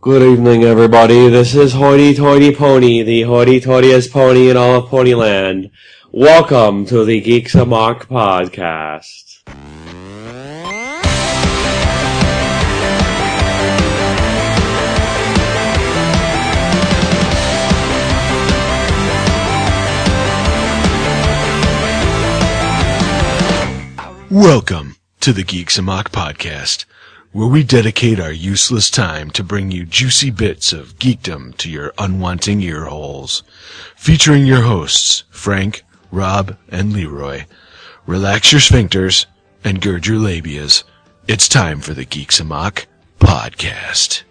Good evening, everybody. This is Hoity Toity Pony, the hoity toityest pony in all of Ponyland. Welcome to the Geeks Amok podcast. Welcome to the Geeks and Mock Podcast, where we dedicate our useless time to bring you juicy bits of geekdom to your unwanting ear holes. Featuring your hosts, Frank, Rob, and Leroy. Relax your sphincters and gird your labias. It's time for the Geeks and Mock Podcast.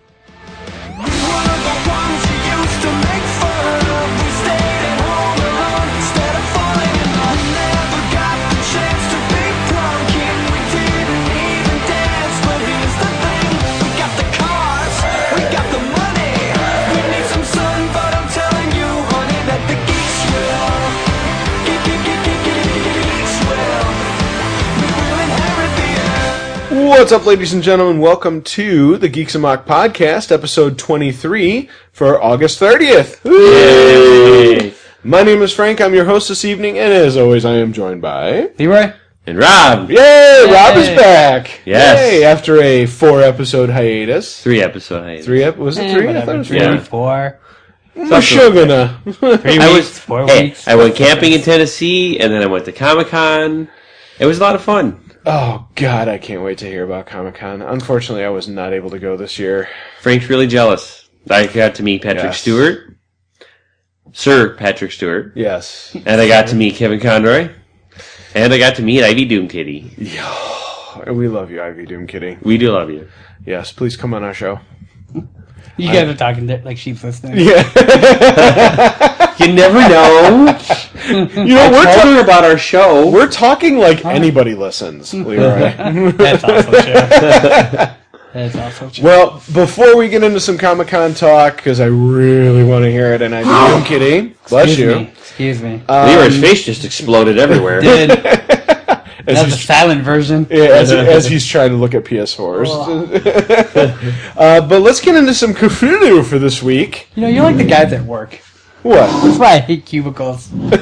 What's up, ladies and gentlemen? Welcome to the Geeks and Mock Podcast, episode 23 for August 30th. Woo! Hey. My name is Frank. I'm your host this evening, and as always, I am joined by. Leroy? And Rob! Yay! Rob is back! Yes. Yay! After a four episode hiatus. Three episode hiatus. Three ep- Was it three? I thought it was four. Yeah. Four. I'm sure gonna. Three I weeks, was, four hey, weeks. I went camping in Tennessee, and then I went to Comic Con. It was a lot of fun. Oh, God, I can't wait to hear about Comic Con. Unfortunately, I was not able to go this year. Frank's really jealous. I got to meet Patrick Yes. Stewart, Sir Patrick Stewart, Yes. and I got to meet Kevin Conroy, and I got to meet Ivy Doom Kitty. We love you, Ivy Doom Kitty. We do love you. Yes, please come on our show. you guys are talking di- like sheep listeners. You never know. you know, we're talking about our show. We're talking like anybody listens, Hmm. Leroy. That's also true. That's also true. Well, before we get into some Comic Con talk, because I really want to hear it, and I do, I'm kidding. Bless Excuse you. Me. Excuse me. Leroy's face just exploded everywhere. Dude, that As was a he's, silent version. yeah, as, as he's trying to look at PS4s. uh, but let's get into some Cthulhu for this week. You know, you're like the guys at work. What? That's why I hate cubicles. Because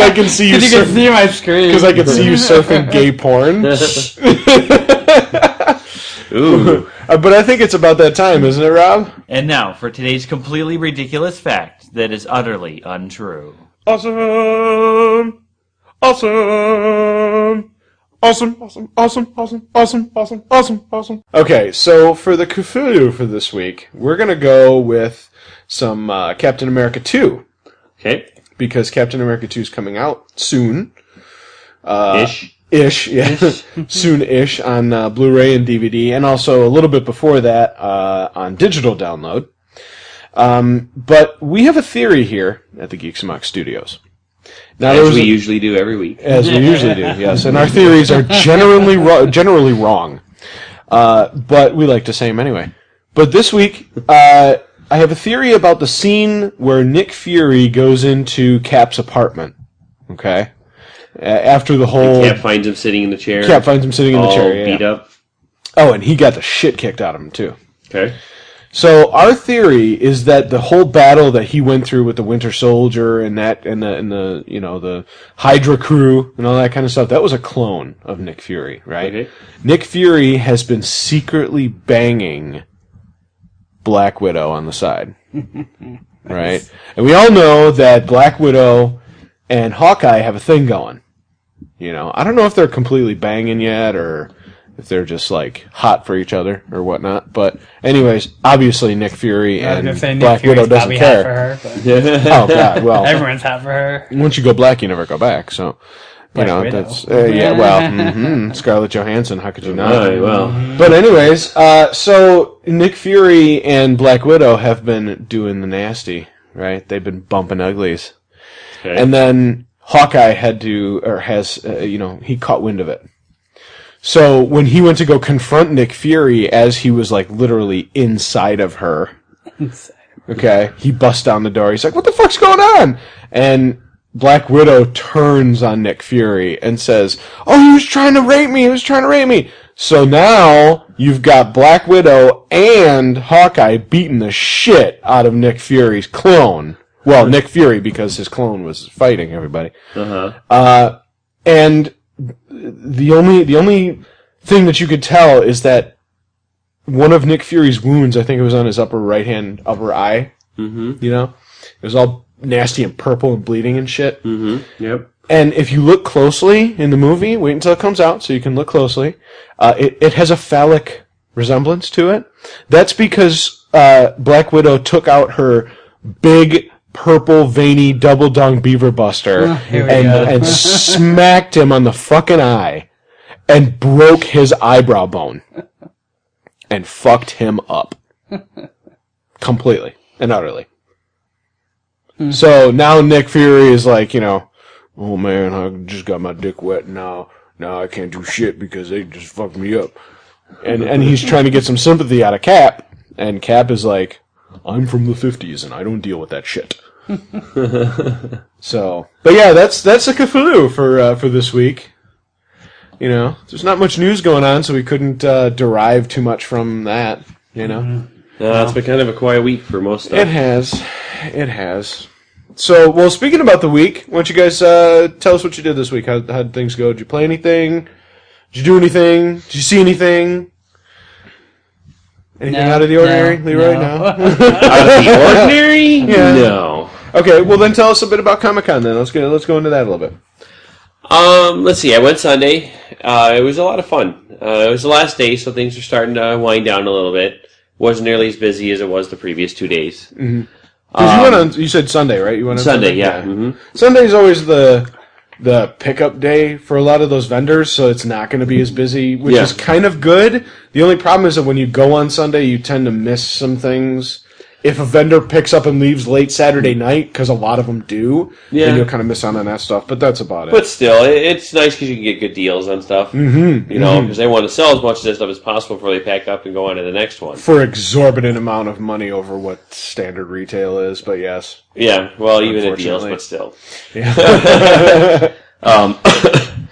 I can see you. Because you can Because see my screen. I can see you surfing gay porn. Ooh. Uh, but I think it's about that time, isn't it, Rob? And now for today's completely ridiculous fact that is utterly untrue. Awesome! Awesome! Awesome, awesome, awesome, awesome, awesome, awesome, awesome, awesome. Okay, so for the Cthulhu for this week, we're going to go with some uh, Captain America 2, Okay. because Captain America 2 is coming out soon. Ish. Ish, yeah. soon ish on uh, Blu ray and DVD, and also a little bit before that uh, on digital download. Um, but we have a theory here at the Geeks Amok Studios. Now, there As was we a- usually do every week. as we usually do. Yes, and our theories are generally ro- generally wrong, uh, but we like to say them anyway. But this week, uh, I have a theory about the scene where Nick Fury goes into Cap's apartment. Okay, A- after the whole Cap finds him sitting in the chair. Cap finds him sitting in the all chair. yeah, beat yeah. up. Oh, and he got the shit kicked out of him too. Okay. So our theory is that the whole battle that he went through with the Winter Soldier and that and the and the you know the Hydra crew and all that kind of stuff that was a clone of Nick Fury, right? Okay. Nick Fury has been secretly banging Black Widow on the side, right? And we all know that Black Widow and Hawkeye have a thing going. You know, I don't know if they're completely banging yet or if they're just like hot for each other or whatnot. But anyways, obviously Nick Fury I was and gonna say Nick Black Fury's Widow doesn't probably hot for care. her, but Oh God! Well, everyone's hot for her. once you go black, you never go back. So. You Black know, Widow. that's uh, yeah. Well, hmm Scarlett Johansson. How could you not? All right, well. But anyways, uh, so Nick Fury and Black Widow have been doing the nasty, right? They've been bumping uglies, Okay. and then Hawkeye had to or has uh, you know he caught wind of it. So when he went to go confront Nick Fury, as he was like literally inside of her, okay, he busts down the door. He's like, "What the fuck's going on?" And Black Widow turns on Nick Fury and says, "Oh, he was trying to rape me. He was trying to rape me." So now you've got Black Widow and Hawkeye beating the shit out of Nick Fury's clone. Well, Nick Fury because his clone was fighting everybody. Uh, and the only the only thing that you could tell is that one of Nick Fury's wounds, I think it was on his upper right hand, upper eye. Mm-hmm. You know, it was all nasty and purple and bleeding and shit. Mm-hmm. Yep. And if you look closely in the movie, wait until it comes out so you can look closely. Uh, it, it has a phallic resemblance to it. That's because uh, Black Widow took out her big purple veiny double dung beaver buster Oh, here we and, go. and smacked him on the fucking eye and broke his eyebrow bone and fucked him up completely and utterly. So now Nick Fury is like, you know, oh man, I just got my dick wet and now. Now I can't do shit because they just fucked me up. And and he's trying to get some sympathy out of Cap, and Cap is like, I'm from the fifties and I don't deal with that shit. so but yeah, that's that's a Cthulhu for uh, for this week. You know, there's not much news going on, so we couldn't uh, derive too much from that. You know, Mm-hmm. No, it's been kind of a quiet week for most it stuff. has, it has. So, well, speaking about the week, why don't you guys uh, tell us what you did this week? How how did things go? Did you play anything? Did you do anything? Did you see anything? Anything No, out of the no, ordinary, Leroy? no. No. the ordinary? No. okay, well then tell us a bit about Comic Con. Then let's go. Let's go into that a little bit. Um, let's see. I went Sunday. Uh, it was a lot of fun. Uh, it was the last day, so things are starting to wind down a little bit. wasn't nearly as busy as it was the previous two days. Mm. 'Cause you went on. You said Sunday, right? You went on Um, Sunday, yeah. hmm Sunday's always the the pickup day for a lot of those vendors, so it's not going to be as busy, which Yeah. is kind of good. The only problem is that when you go on Sunday, you tend to miss some things. If a vendor picks up and leaves late Saturday night, because a lot of them do, Yeah. then you'll kind of miss out on that stuff. But that's about it. But still, it, it's nice because you can get good deals on stuff. Mm-hmm. You know, because they want to sell as much of this stuff as possible before they pack up and go on to the next one. for exorbitant amount of money over what standard retail is, but yes, Yeah, well, even at deals, Unfortunately. but still. um,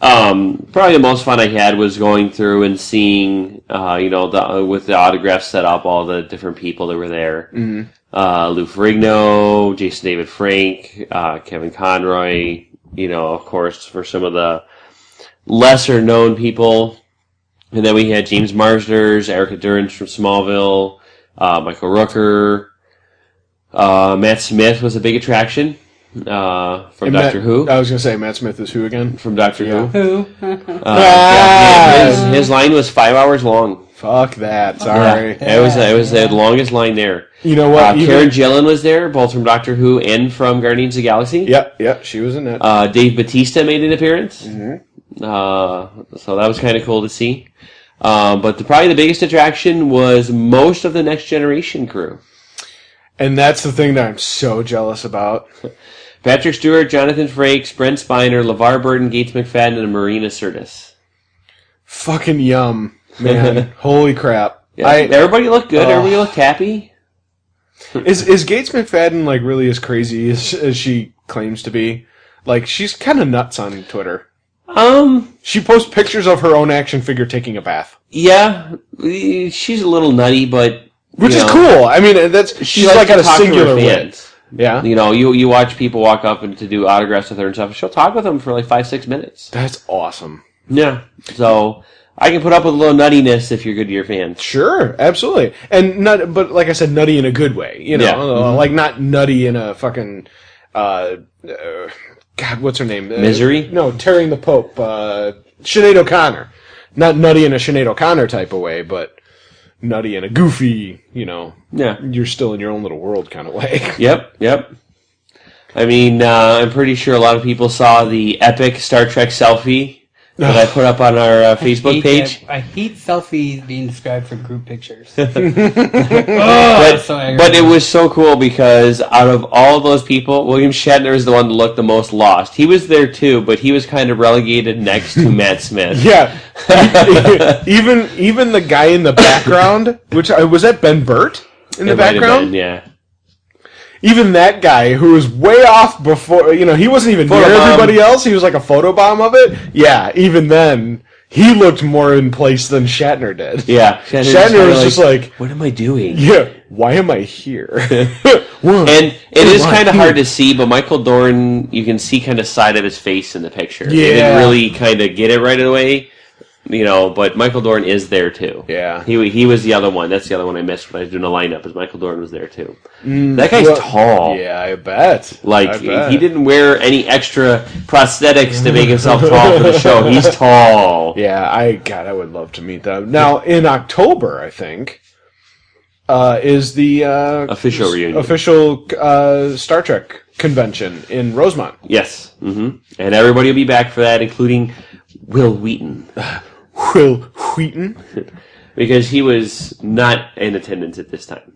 um, probably the most fun I had was going through and seeing, uh, you know, the, with the autographs set up, all the different people that were there. Mm-hmm. Uh, Lou Ferrigno, Jason David Frank, uh, Kevin Conroy, you know, of course, for some of the lesser known people. And then we had James Marsders, Erica Durance from Smallville, uh, Michael Rooker, uh, Matt Smith was a big attraction uh, from And Matt- Doctor Who. I was going to say Matt Smith is who again? from Doctor Yeah. Who. Who? Uh, yeah, his, his line was five hours long. Fuck that. Sorry. It was it was the longest line there. You know Uh, what? Even- Karen Gillan was there, both from Doctor Who and from Guardians of the Galaxy. Yep, yep. She was in that. Uh, Dave Batista made an appearance, Mm-hmm. uh, so that was kind of cool to see. Um, but the, probably the biggest attraction was most of the Next Generation crew. and that's the thing that I'm so jealous about. Patrick Stewart, Jonathan Frakes, Brent Spiner, LeVar Burton, Gates McFadden, and Marina Sirtis. Fucking yum, man! Holy crap! Yeah, I, everybody looked good. Oh. Everybody looked happy. is is Gates McFadden like really as crazy as, as she claims to be? Like she's kind of nuts on Twitter. Um, She posts pictures of her own action figure taking a bath, yeah, eh, she's a little nutty, but which you is know, cool. I mean, that's she's likes like to at a talk to her singular wit. fans. Yeah, You know, you you watch people walk up and to do autographs with her and stuff. She'll talk with them for like five six minutes. that's awesome. Yeah, so I can put up with a little nuttiness if you're good to your fans. Sure, absolutely, and nut, but like I said, nutty in a good way. You know, Yeah. Mm-hmm. Uh, like not nutty in a fucking. Uh, uh, God, what's her name? Uh, Misery? No, tearing the Pope. Uh, Sinead O'Connor, not nutty in a Sinead O'Connor type of way, but nutty in a goofy. You know, Yeah. you're still in your own little world kind of way. Yep. Yep. I mean, uh, I'm pretty sure a lot of people saw the epic Star Trek selfie that I put up on our uh, Facebook Hate page. that- I hate selfies being described for group pictures. but, so angry. but it was so cool because out of all those people, William Shatner is the one that looked the most lost. He was there too, but he was kind of relegated next to Matt Smith. yeah, even even the guy in the background, which I was that Ben Burt in the It might have background. been, yeah. even that guy who was way off before, you know, he wasn't even near Photobomb. everybody else. He was like a photobomb of it. Yeah, even then, he looked more in place than Shatner did. Yeah, Shatner, was just like, "What am I doing?" yeah, why am I here? One, And it is Right. kind of hard to see, but Michael Dorn, you can see kind of side of his face in the picture. Yeah. They didn't really kind of get it right away, you know. But Michael Dorn is there too. Yeah. he he was the other one. That's the other one I missed when I was doing a lineup. Is Michael Dorn was there too? that guy's Mm, well, tall. yeah, I bet. I Like bet. he didn't wear any extra prosthetics to make himself tall for the show. He's tall. Yeah, I God, I would love to meet them. Now in October, I think, uh, is the uh, Official reunion. official uh, Star Trek convention in Rosemont. Yes. hmm And everybody will be back for that, including Will Wheaton. Will Wheaton. because he was not in attendance at this time.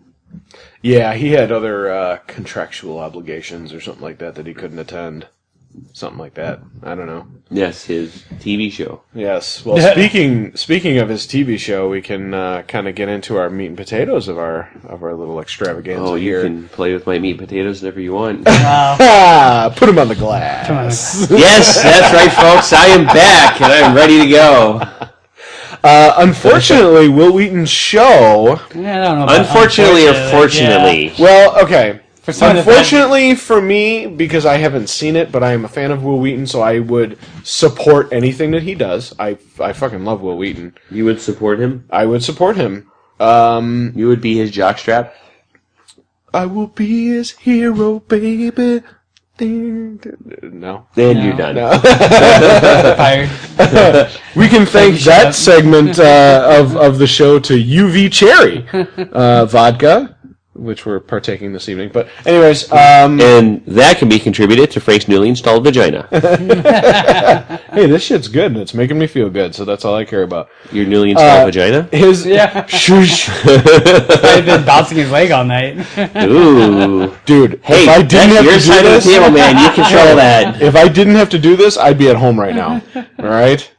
Yeah, he had other uh, contractual obligations or something like that that he couldn't attend. Something like that. I don't know. Yes, his TV show. Yes. Well, speaking speaking of his TV show, we can uh, kind of get into our meat and potatoes of our of our little extravaganza Oh, you here. can play with my meat and potatoes whenever you want. Wow. Ah, put him on the glass. yes, that's right, folks. I am back and I'm ready to go. Uh, unfortunately, Will Wheaton's show. Yeah, I don't know about Unfortunately or fortunately, yeah. Well, okay. For some Unfortunately for me, because I haven't seen it, but I am a fan of Will Wheaton, so I would support anything that he does. I, I fucking love Will Wheaton. you would support him. I would support him. Um, You would be his jockstrap. I will be his hero, baby. Ding, ding, ding. No. Then No. you're done. event, fired. We can thank that segment uh, of, of the show to UV Cherry uh, Vodka, which we're partaking this evening. But, anyways, um, And that can be contributed to Frank's newly installed vagina. hey, this shit's good and it's making me feel good, so that's all I care about. Your newly installed vagina? His Yeah. Shush. I've been bouncing his leg all night. Ooh. dude. Hey, if I didn't that's have your to do side of this, the table, man. You control that. if I didn't have to do this, I'd be at home right now. All right,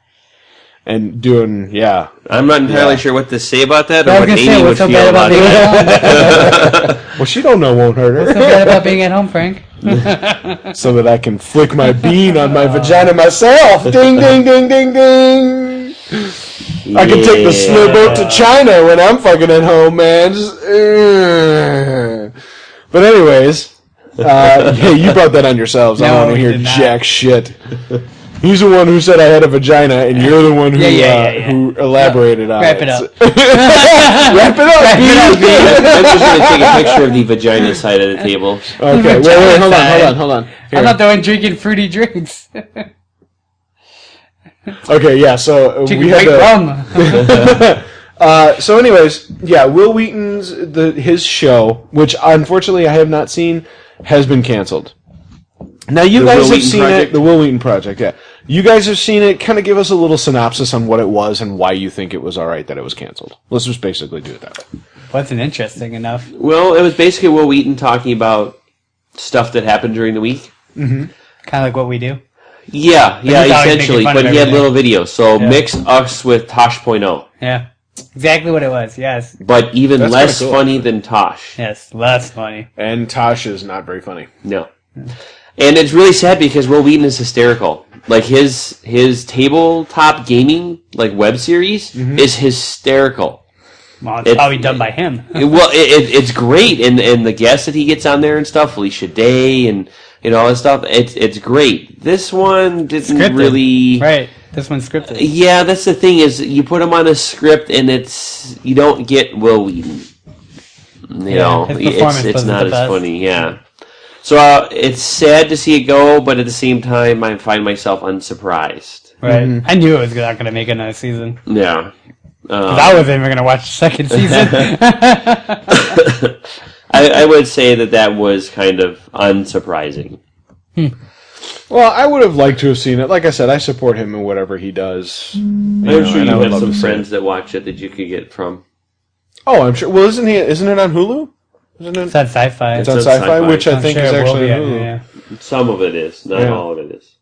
and doing yeah. I'm not entirely sure what to say about that I or was what gonna Amy say, would what's so feel bad about about being it. at home? Well, she don't know won't hurt What's so her, bad about being at home, Frank? so that I can flick my bean on my vagina myself. Ding, ding, ding, ding, ding. I can take the slow boat to China when I'm fucking at home, man. Just, uh. But anyways, uh, hey, you brought that on yourselves. I No, don't want to we hear did not. jack shit. He's the one who said I had a vagina, and you're the one who Yeah, yeah, yeah, uh, yeah. who elaborated on Wrap it. it up. wrap it up. B. I'm just going to take a picture of the vagina side of the table. Okay, wait, wait, hold on, side. hold on, hold on. Here. I'm not the one drinking fruity drinks. Okay, yeah. So uh, we Drinking had great to, rum. Uh, so, anyways, yeah, Will Wheaton's the his show, which unfortunately I have not seen, has been canceled. Now you The guys Will have Wheaton seen it, Project? the Will Wheaton Project. Yeah, you guys have seen it. Kind of give us a little synopsis on what it was and why you think it was all right that it was canceled. Let's just basically do it that way. Wasn't interesting enough. Well, it was basically Will Wheaton talking about stuff that happened during the week. Kind of like what we do. Yeah, yeah, he thought he was essentially. making fun But of he had everything. little videos. So mix us with Tosh.0, Yeah. Exactly what it was. Yes. but even That's less kinda cool. funny than Tosh. Yes. Less funny. And Tosh is not very funny. No. And it's really sad because Will Wheaton is hysterical. Like his his tabletop gaming like web series is hysterical. Well, it's It- probably done by him. It- well, it, it, it's great, and and the guests that he gets on there and stuff, Alicia Day, and you know all that stuff. It's it's great. This one didn't Scripted. really. Right. This one's Mm. scripted. Yeah, that's the thing is you put him on a script, and it's you don't get Will Wheaton. You know, his it's performance it's wasn't not the as best. funny. Yeah. So uh, it's sad to see it go, but at the same time, I find myself unsurprised. Right. I knew it was not going to make another season. Yeah. Uh, 'Cause I wasn't even going to watch the second season. I, I would say that that was kind of unsurprising. Well, I would have liked to have seen it. Like I said, I support him in whatever he does. I'm know, sure and I you would have love some to see friends that watch it that you could get from. Oh, I'm sure. Well, isn't he? Isn't it on Hulu? Isn't it? it's on sci-fi. It's on on sci-fi, Sci-Fi. which I I'm think sure is it will actually be, on yeah, Hulu. yeah. Some of it is, not Yeah. all of it is.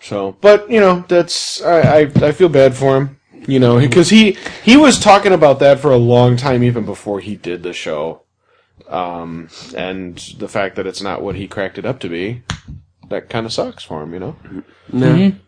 So, but you know, that's I I, I feel bad for him. You know, because he he was talking about that for a long time, even before he did the show. Um, and the fact that it's not what he cracked it up to be, that kind of sucks for him, you know. No. Mm-hmm. Mm-hmm.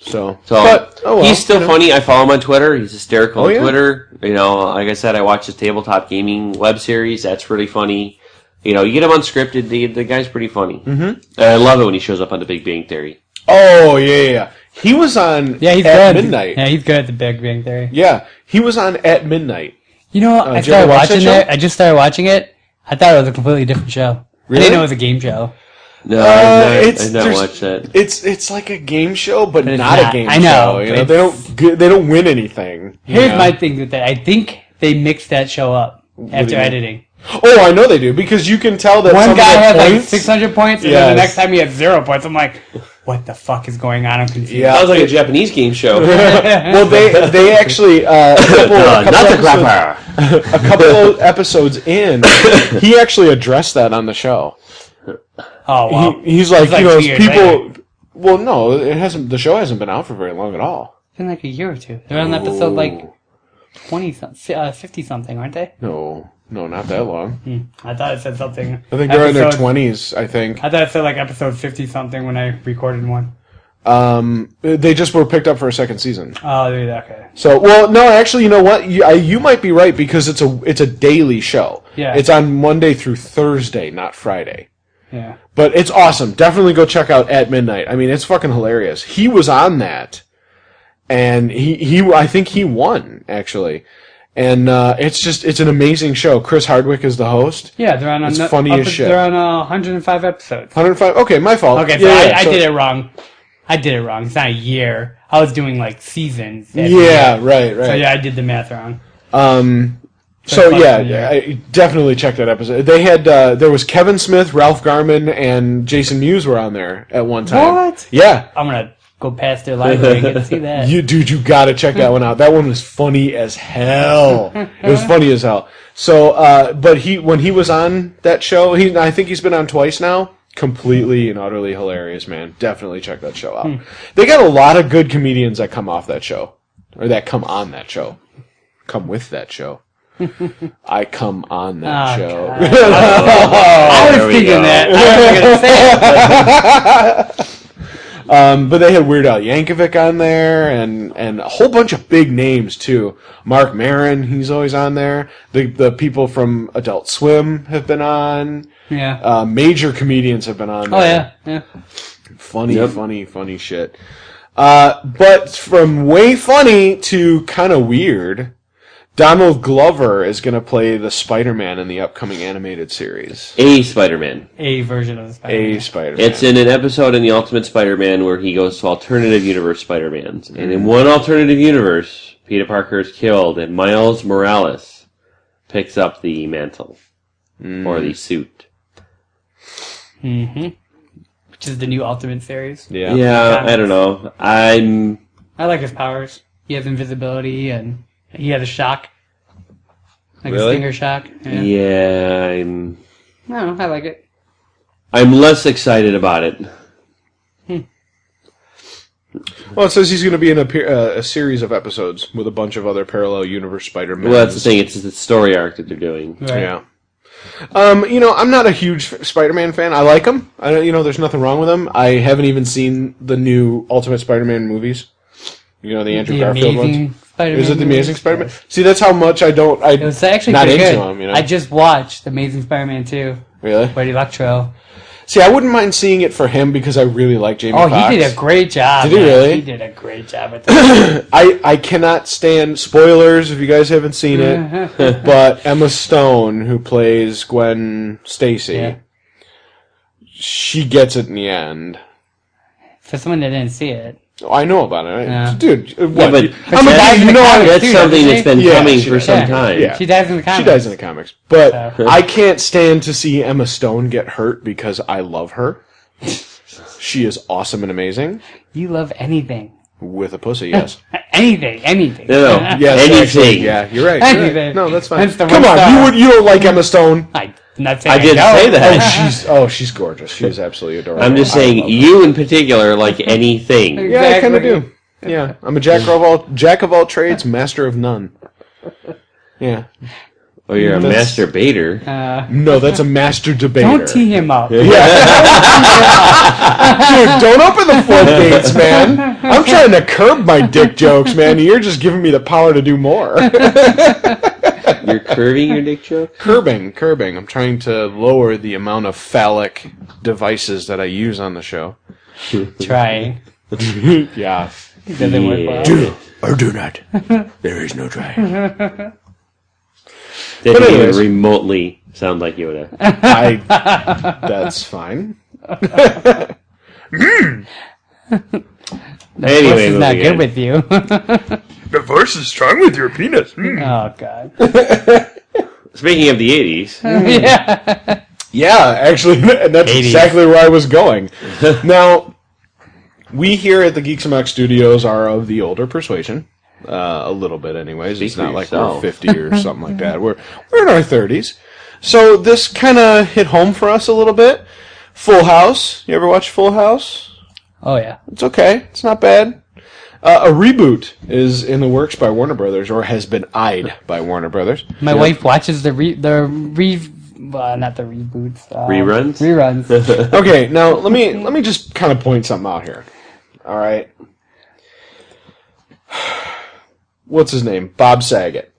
So, So but, oh well, he's still you know. funny. I follow him on Twitter. He's hysterical Oh, on yeah. Twitter. You know, like I said, I watch his tabletop gaming web series. That's pretty funny. You know, you get him unscripted. The, the guy's pretty funny. Mm-hmm. And I love it when he shows up on The Big Bang Theory. Oh yeah, yeah, yeah. He was on. Yeah, he's at good. midnight. Yeah, he's good at the Big Bang Theory. Yeah, he was on at midnight. You know, I did you ever started watch that watching show? that. I just started watching it. I thought it was a completely different show. I Really? didn't know it was a game show. No, Uh, I've not, it's- I've not there's- watched that. It's it's like a game show, but it's not, a not. game I know, show. You but know, they it's- don't g- they don't win anything. you Here's know? my thing with that. I think they mixed that show up after you mean? editing. Oh, I know they do because you can tell that One some guy of the had like points- 600 points, and then the Yes. next time he had zero points. I'm like, what the fuck is going on? I'm confused. Yeah. Sounds like a Japanese game show. well, they they actually uh, a couple, a couple not the episodes- clapper. a couple episodes in, he actually addressed that on the show. Oh, wow. He, he's like, It's like you know, two years people. Well, no, it hasn't. The show hasn't been out for very long at all. It's been like a year or two. They're on episode Oh. like 20 something, uh, 50 something, aren't they? No, no, not that long. I thought it said something. I think they're in their Episode- twenties. I think I thought it said like episode 50 something when I recorded one. um, they just were picked up for a second season. Oh, dude, okay. So, well, no, actually, you know what? You, I, you might be right because it's a it's a daily show. Yeah. it's on Monday through Thursday, not Friday. Yeah. But it's awesome. Definitely go check out at midnight. I mean, it's fucking hilarious. He was on that, and he he I think he won actually, and uh, it's just it's an amazing show. Chris Hardwick is the host. Yeah, they're on. It's ano- funny up- as shit. They're on uh, 105 episodes. 105. Okay, my fault. Okay, so I, I did it wrong. I did it wrong. It's not a year. I was doing like seasons. Yeah, right, right. So yeah, I did the math wrong. Um, so That's yeah, awesome, yeah. I definitely check that episode. They had uh, there was Kevin Smith, Ralph Garman, and Jason Mewes were on there at one time. What? Yeah, I'm gonna go past their library and get to see that. you dude, you gotta check that one out. That one was funny as hell. It was funny as hell. So, uh, but he when he was on that show, he I think he's been on twice now. Completely and utterly hilarious, man. Definitely check that show out. They got a lot of good comedians that come off that show, or that come on that show, come with that show. I come on that Oh, show. I there was we thinking go. that. I was gonna say it. Um, but they had Weird Al Yankovic on there, and and a whole bunch of big names too. Mark Maron, he's always on there. The the people from Adult Swim have been on. Yeah. Uh, major comedians have been on. oh there. yeah. Yeah. funny, funny, funny shit. Uh, but from way funny to kind of weird, Donald Glover is going to play the Spider-Man in the upcoming animated series. A Spider-Man. A version of A the Spider-Man. Spider-Man. It's in an episode in the Ultimate Spider-Man where he goes to alternative universe Spider-Mans, and Mm-hmm. in one alternative universe, Peter Parker is killed, and Miles Morales picks up the mantle or Mm. the suit. which is the new Ultimate series. yeah. Yeah, I don't know. I'm I like his powers. He has invisibility and he has a shock, like a Really? stinger shock. Yeah. yeah, I'm No, I like it. I'm less excited about it. Well, it says he's going to be in a, pe- uh, a series of episodes with a bunch of other parallel universe Spider-Man. Well, that's the thing. It's the story arc that they're doing. Right. Yeah. Um, you know, I'm not a huge f- Spider-Man fan. I like him. I don't, you know, there's nothing wrong with him. I haven't even seen the new Ultimate Spider-Man movies. You know, the The Andrew Garfield amazing ones. Spider-Man. Is it the Amazing movies. Spider-Man? See, that's how much I don't. I It was actually not pretty into good. him. You know, I just watched the Amazing Spider-Man 2 really. with Electro. See, I wouldn't mind seeing it for him because I really like Jamie. Oh, Foxx. he did a great job. Did he man. really? He did a great job at that. I I cannot stand spoilers if you guys haven't seen it. but Emma Stone, who plays Gwen Stacy, Yeah. she gets it in the end. For someone that didn't see it, Oh, I know about it, right? Yeah. dude. uh, Yeah, What? I'm but a she guy, dies in you the know. comic. I- that's Dude, something doesn't that's she? been Yeah, coming she for does. some Yeah. time. Yeah. she dies in the comics. she dies in the comics, but Yeah. I can't stand to see Emma Stone get hurt because I love her. she is awesome and amazing You love anything, with a pussy. Yes. anything, anything. No, no, Yes. anything. actually, yeah, you're right. you're right. Anything. No, that's fine. That's the Come one on, star. you would you don't like Emma Stone? I, I'm not saying I didn't don't. say Oh, that. she's oh, she's gorgeous. She is absolutely adorable. I'm just I saying love her. you in particular like anything. Yeah, I kind of Exactly. do. Yeah, I'm a jack of all jack of all trades, master of none. Yeah, Oh, you're a That's- masturbator. Uh, No, that's a master debater. don't tee him up. Dude, don't open the floodgates, man. I'm trying to curb my dick jokes, man. and You're just giving me the power to do more. You're curving your dick joke. curbing, curbing. I'm trying to lower the amount of phallic devices that I use on the show. Trying. yeah. Doesn't work well. Do or do not. There is no try. That didn't anyways. even remotely sound like Yoda. I that's fine. anyway, this is not moving good on. with you. The force is strong with your penis. Hmm. oh god. Speaking of the '80s, yeah. Yeah, actually, and that's exactly where I was going. now, we here at the Geeks Amok Studios are of the older persuasion, uh, a little bit, anyways. it's for not like we're yourself. fifty or something like that. We're we're in our thirties, so this kind of hit home for us a little bit. Full House. You ever watch Full House? Oh yeah. It's okay. It's not bad. Uh, a reboot is in the works by Warner Brothers, or has been eyed by Warner Brothers. My wife watches the re the re uh, not the reboots. Uh, Reruns? Reruns. Okay, now let me let me just kind of point something out here. All right. What's his name? Bob Saget.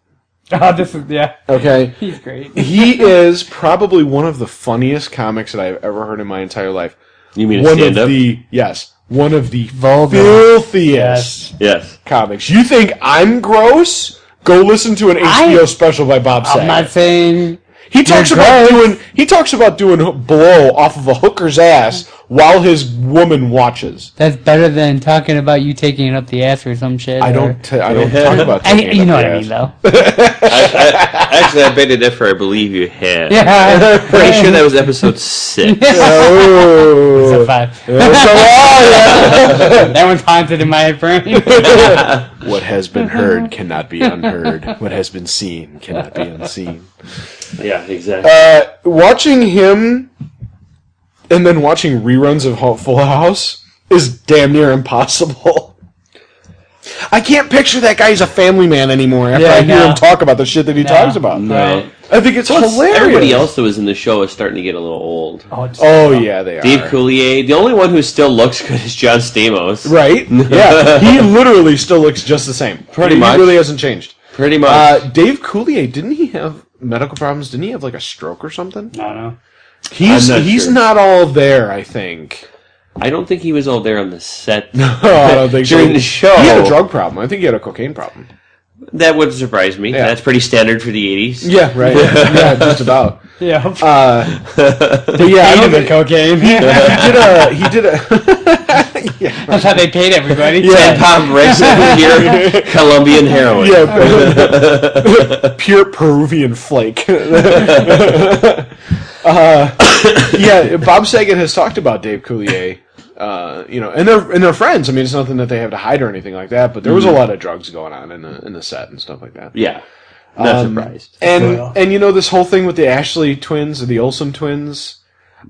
oh, this is yeah. Okay. He's great. He is probably one of the funniest comics that I've ever heard in my entire life. you mean a One of stand-up? the yes, one of the Vulgar. filthiest yes. comics. You think I'm gross? Go listen to an HBO special by Bob Saget. I'm not saying He talks You're about doing he talks about doing h- blow off of a hooker's ass while his woman watches. that's better than talking about you taking it up the ass or some shit. I or- don't t- I don't talk about I, taking it you up know the what I ass. mean, though. Actually, I bet it differ. I believe you had. Yeah. Pretty sure that was episode six. Oh. Five. So, oh, that one's haunted in my brain. yeah. What has been heard cannot be unheard. What has been seen cannot be unseen. yeah, exactly. Uh, watching him and then watching reruns of Ho- Full House is damn near impossible. I can't picture that guy as a family man anymore after Yeah, I hear no. him talk about the shit that he talks about. no. I think it's hilarious. Uh, Everybody else that was in the show is starting to get a little old. Oh, it's- Oh yeah, they Dave are. Coulier, the only one who still looks good is John Stamos. Right? yeah, he literally still looks just the same. Pretty he much. really hasn't changed. Pretty much. Uh, Dave Coulier, didn't he have medical problems? Didn't he have like a stroke or something? I don't know. He's I'm not he's sure. not all there. I think. I don't think he was all there on the set. Oh, I don't think so. During the show. he had a drug problem. I think he had a cocaine problem. That would surprise me. Yeah. That's pretty standard for the 80s. Yeah, right. yeah, just about. Yeah. Uh, But yeah, I I don't the think cocaine. he did a he did a That's how they paid everybody. Ten pound rice over here, Colombian heroin. yeah, pure Peruvian flake. uh, yeah, Bob Saget has talked about Dave Coulier. Uh, you know, and they're and they're friends. I mean, it's nothing that they have to hide or anything like that. But there was a lot of drugs going on in the in the set and stuff like that. Mm-hmm. Yeah. Um, Not surprised. And Well. and you know this whole thing with the Ashley twins or the Olsen twins.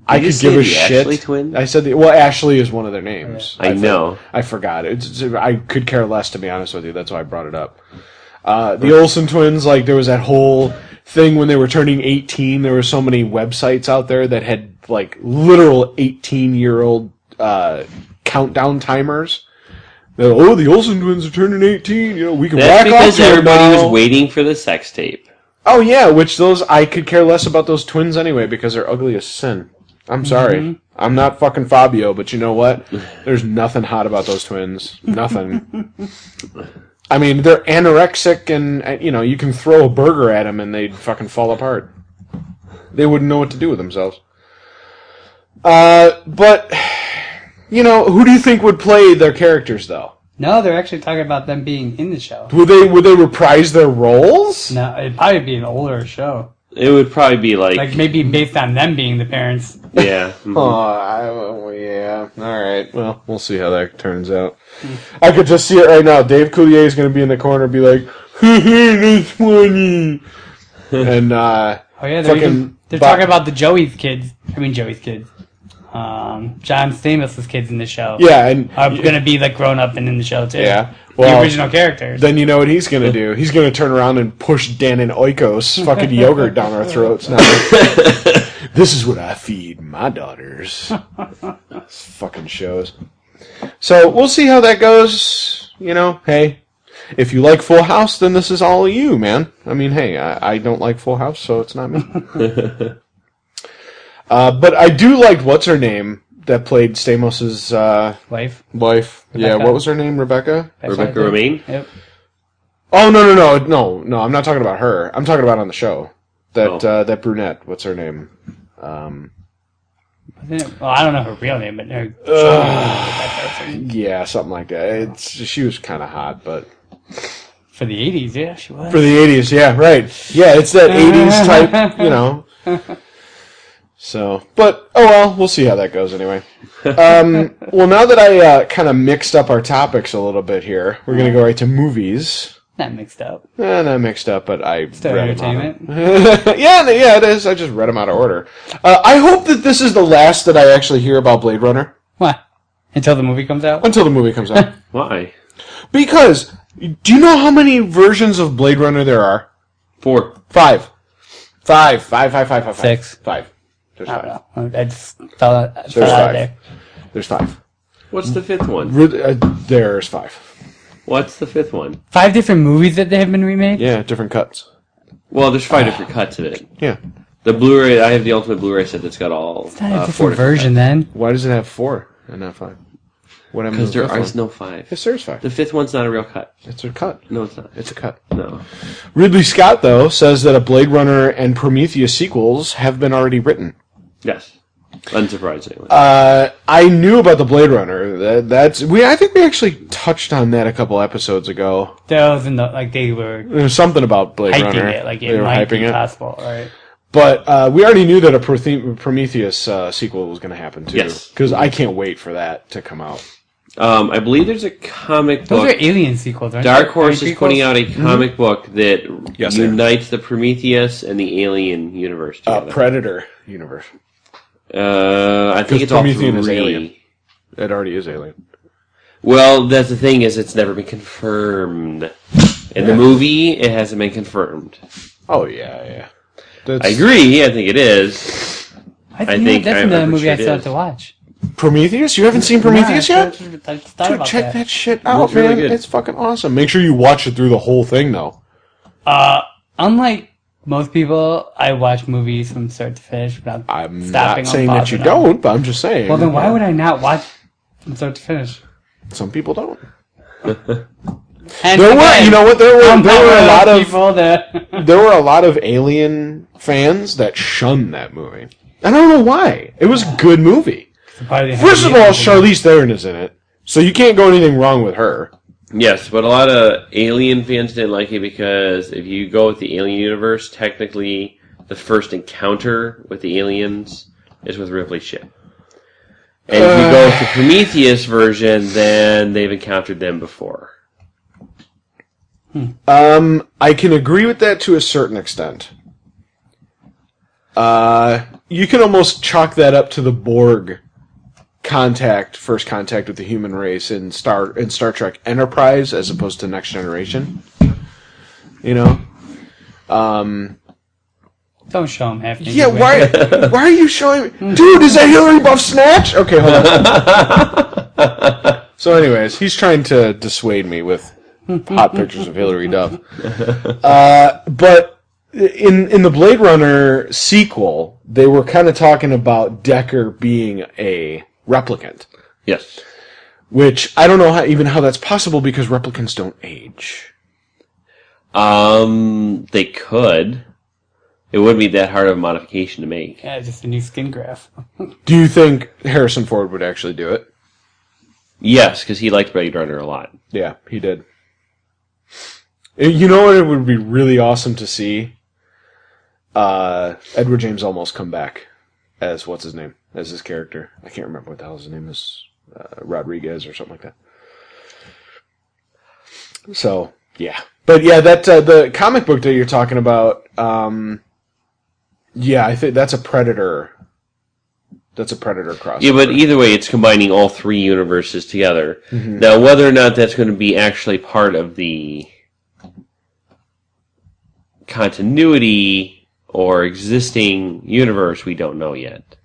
I Did you could say give a the shit. Ashley twins? I said the, well, Ashley is one of their names. I for- know. I forgot. It's, it's- I could care less to be honest with you. That's why I brought it up. Uh, the Olsen twins, like there was that whole thing when they were turning eighteen. There were so many websites out there that had like literal eighteen-year-old uh, countdown timers. They're, oh, the Olsen twins are turning eighteen. You know, we can That's whack off because to 'em everybody now. was waiting for the sex tape. Oh yeah, which those I could care less about those twins anyway because they're ugly as sin. I'm sorry. I'm not fucking Fabio, but you know what? There's nothing hot about those twins. Nothing. I mean, they're anorexic and uh, you know, you can throw a burger at them and they'd fucking fall apart. They wouldn't know what to do with themselves. Uh, but you know, who do you think would play their characters though? No, they're actually talking about them being in the show. Would they would they reprise their roles? No, it'd probably be an older show. It would probably be like, Like maybe based on them being the parents. yeah. Oh, Hmm. I, oh, yeah. All right. Well, we'll see how that turns out. Hmm. I could just see it right now. Dave Coulier is going to be in the corner, and be like, "That's funny," and uh, Oh yeah, they're, Fucking even- they're Bob- talking about the Joey's kids. I mean Joey's kids. Um, John Stamos's kids in the show Yeah, and are going to be like grown up and in the show too. Yeah, well- the original characters. then you know what he's gonna do. He's gonna turn around and push Dan and Oikos fucking yogurt down our throats now. this is what I feed my daughters. This fucking shows. So we'll see how that goes. You know, hey, if you like Full House, then this is all you, man. I mean, hey, I, I don't like Full House, so it's not me. uh, but I do like what's her name that played Stamos's uh, Wife. wife. Yeah, Rebecca. what was her name? Rebecca. That's Rebecca right. Romaine? Yep. Oh no no no no no! I'm not talking about her. I'm talking about on the show that Oh. uh, that brunette. What's her name? Wasn't it- Well, I don't know her real name, but her. Yeah, something like that. It's she was kind of hot, but for the 80s, yeah, she was. for the '80s, yeah, right. Yeah, it's that '80s type, you know. So, but oh well, we'll see how that goes anyway. Um, well, now that I uh, kind of mixed up our topics a little bit here, we're gonna go right to movies. Not mixed up. Eh, not mixed up, but I Still read 'em out of- entertainment. yeah, yeah, it is. I just read them out of order. Uh, I hope that this is the last that I actually hear about Blade Runner What? Until the movie comes out? until the movie comes out. Why? because do you know how many versions of Blade Runner there are? Four. Five. Five. Five. Five. Five. Five. five. Six. Five. There's I five. don't know. I just fell out, I fell There's out five. of there. There's five. What's the fifth one? Re- uh, there's five. What's the fifth one? Five different movies that they have been remade? Yeah, different cuts. Well, there's five different cuts of it. Yeah. The Blu-ray, I have the ultimate Blu-ray set that's got all. Not a uh, four different version then. Why does it have four and not five? What am I? Because there is no five. Yes, there's five. The fifth one's not a real cut. It's a cut. No, it's not. It's a cut. No. Ridley Scott though says that a Blade Runner and Prometheus sequels have been already written. Yes. Unsurprisingly. Uh, I knew about the Blade Runner. That, that's we. I think we actually touched on that a couple episodes ago. Those and the, like they were There was something about Blade hyping Runner. it, like they it were might hyping be it, possible, right? but uh, we already knew that a Prothe- Prometheus uh, sequel was going to happen too. Yes. because I can't wait for that to come out. Um, I believe there's a comic Those book. are alien sequels, aren't Dark they? Horse Aren't is putting prequels? Mm-hmm. out a comic book that Yes, they are. unites the Prometheus and the Alien universe Uh, together. Predator universe. uh, I think Because it's all Promethean is three. Alien. It already is Alien. Well, that's the thing is, it's never been confirmed. In the movie, it hasn't been confirmed. Oh yeah, yeah. That's I agree. I think it is. I, think think I that's another remember movie sure I it still is. have to watch. Prometheus. You haven't seen Prometheus Yeah, I yet? just- I just thought Dude, about check that. that. shit out, It's really man. good. It's fucking awesome. Make sure you watch it through the whole thing though. Uh, unlike most people, I watch movies from start to finish without I'm stopping not or saying that you pausing them. don't, but I'm just saying. Well, then why would I not watch from start to finish? Some people don't. And There were, again, you know what? There were I'm there one were a lot those of people that. there were a lot of Alien fans that shunned that movie. I don't know why. It was a good movie. First of all, Charlize Theron is in it, so you can't go anything wrong with her. Yes, but a lot of Alien fans didn't like it because if you go with the Alien universe, technically the first encounter with the aliens is with Ripley's ship. And if you go with the Prometheus version, then they've encountered them before. Um, I can agree with that to a certain extent. Uh, you can almost chalk that up to the Borg contact, first contact with the human race in Star in Star Trek Enterprise, as opposed to Next Generation. You know, Don't show him half. yeah. Why? why are you showing? Dude, is that Hillary Buff snatch? Okay, hold on. so, anyways, he's trying to dissuade me with hot pictures of Hillary Duff. Uh, but in in the Blade Runner sequel, they were kind of talking about Decker being a replicant, Yes. which I don't know how, even how that's possible because replicants don't age. Um, they could. It wouldn't be that hard of a modification to make. Yeah, just a new skin graph. Do you think Harrison Ford would actually do it? Yes, because he liked Blade Runner a lot. Yeah, he did. Uh, You know what? It would be really awesome to see uh, Edward James almost come back as what's his name as his character. I can't remember what the hell his name is, uh, Rodriguez or something like that. So yeah, but yeah, that uh, the comic book that you're talking about. Um, yeah, I think that's a Predator That's a Predator crossover. Yeah, but either way, it's combining all three universes together. Mm-hmm. Now, whether or not that's going to be actually part of the continuity or existing universe, we don't know yet.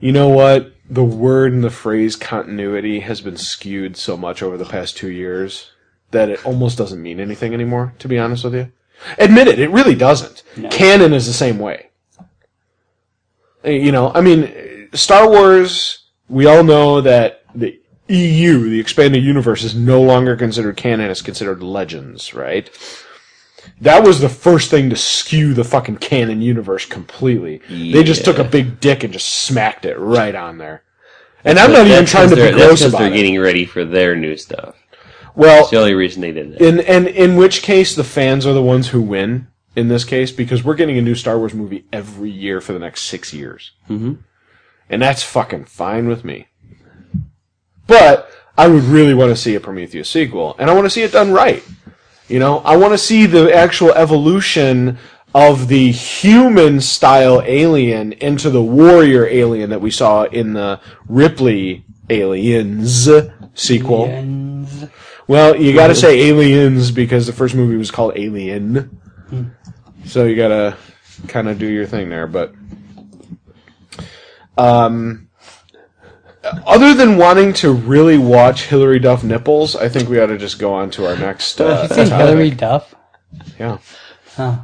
You know what? The word and the phrase continuity has been skewed so much over the past two years that it almost doesn't mean anything anymore, to be honest with you. Admit it, it really doesn't. Canon is the same way. Uh, You know, I mean, uh, Star Wars, we all know that the EU, the expanded universe, is no longer considered canon, it's considered legends, right? That was the first thing to skew the fucking canon universe completely. They just took a big dick and just smacked it right on there. And I'm But not even that's trying 'cause to be they're- gross that's 'cause about they're it. getting ready for their new stuff. well, It's the only reason they did that. in and in which case the fans are the ones who win in this case because we're getting a new Star Wars movie every year for the next six years, mm-hmm. and that's fucking fine with me. But I would really want to see a Prometheus sequel, and I want to see it done right. You know, I want to see the actual evolution of the human style alien into the warrior alien that we saw in the Ripley Aliens sequel. Aliens. uh, Well, you gotta say aliens because the first movie was called Alien. Hmm. So you gotta kind of do your thing there, but. Um, other than wanting to really watch Hillary Duff nipples, I think we ought to just go on to our next. Uh, You say topic. Hillary Duff? Yeah. Huh.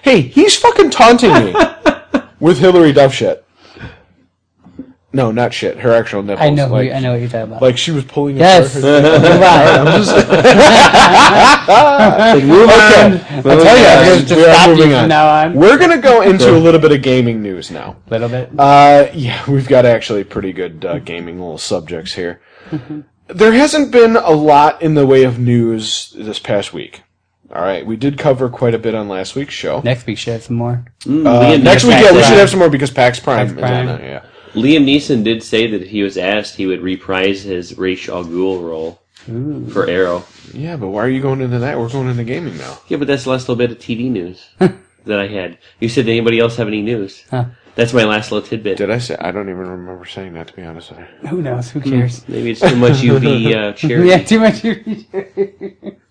Hey, he's fucking taunting me with Hillary Duff shit. No, not shit. Her actual nipples. I know. who Like, you, I know what you're talking about. like she was pulling. yes. apart her- Right. Okay. I'll tell you, I'm Yes, going to we are stop you moving from on. now on. We're gonna go into a little bit of gaming news now. little bit. Uh, yeah, we've got actually pretty good uh, gaming little subjects here. Mm-hmm. there hasn't been a lot in the way of news this past week. All right, we did cover quite a bit on last week's show. Next week, should have some more. Liam, Neeson- uh, Next week, yeah, we Prime. should have some more because PAX Prime. is PAX on Prime. there, yeah. Liam Neeson did say that if he was asked, he would reprise his Ra's al Ghul role for Arrow. yeah, but why are you going into that? We're going into gaming now. Yeah, but that's the last little bit of TV news that I had. You said, did anybody else have any news? Huh. That's my last little tidbit. Did I say? I don't even remember saying that to be honest with you. Who knows? hmm. Who cares? Maybe it's too much UV uh, cheering. Yeah, too much. You're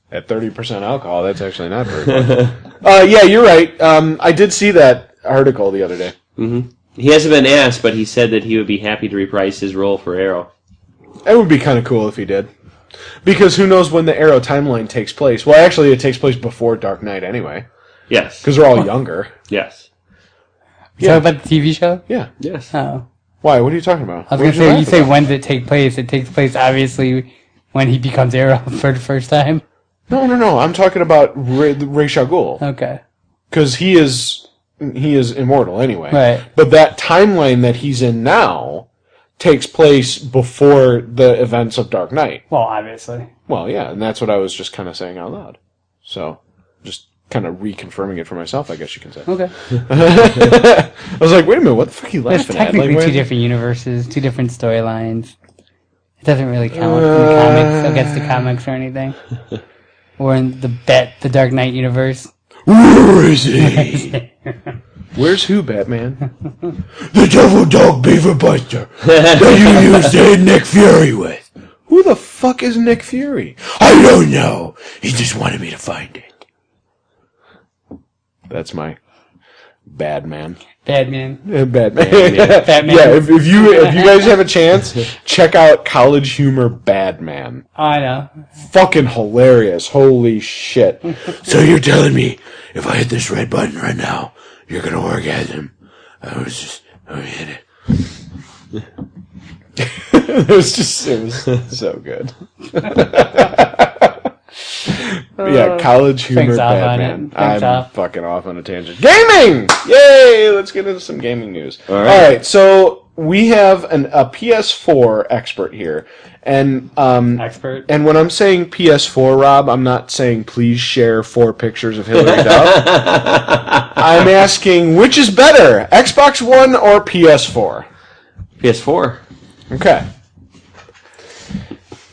At thirty percent alcohol, that's actually not very good. uh, yeah, you're right. Um, I did see that article the other day. He hasn't been asked, but he said that he would be happy to reprise his role for Arrow. It would be kind of cool if he did. Because who knows when the Arrow timeline takes place. Well, actually, it takes place before Dark Knight anyway. Yes. Because they're all younger. Yes. talking about the TV show? Yeah. Yes. Oh. Why? What are you talking about? I What was gonna did say, you laugh say about? when does it take place? It takes place obviously when he becomes Arrow for the first time. No, no, no. I'm talking about Ra- Ra's al Ghul. Okay, Because he is he is immortal anyway. Right. But that timeline that he's in now takes place before the events of Dark Knight. well, obviously, Well, yeah, and that's what I was just kind of saying out loud. So, just kind of reconfirming it for myself, I guess you can say. okay. I was like, wait a minute, what the fuck are you There's laughing at? technically Like, two when- different universes, two different storylines. It doesn't really count in Uh, the comics against the comics or anything, or in the bet the Dark Knight universe. Where is he? Where's who, Batman? the devil dog beaver buster that you used to hit Nick Fury with. who the fuck is Nick Fury? I don't know. He just wanted me to find it. That's my bad man. Batman. Batman. Batman. Yeah, if, if you if you guys have a chance, check out College Humor Badman. Oh, I know. Fucking hilarious. Holy shit. So you're telling me if I hit this red button right now, you're gonna orgasm? I was just, I mean, hit it. it was just it was so good. yeah, College Humor Thanks, Alf, on Batman. it. I'm Thanks, Alf. fucking off on a tangent. Gaming! Yay! Let's get into some gaming news. All right. so we have an, a PS4 expert here, and um, Expert. and when I'm saying PS4, Rob, I'm not saying please share four pictures of Hillary Duff. I'm asking which is better, Xbox One or PS4? PS4. Okay.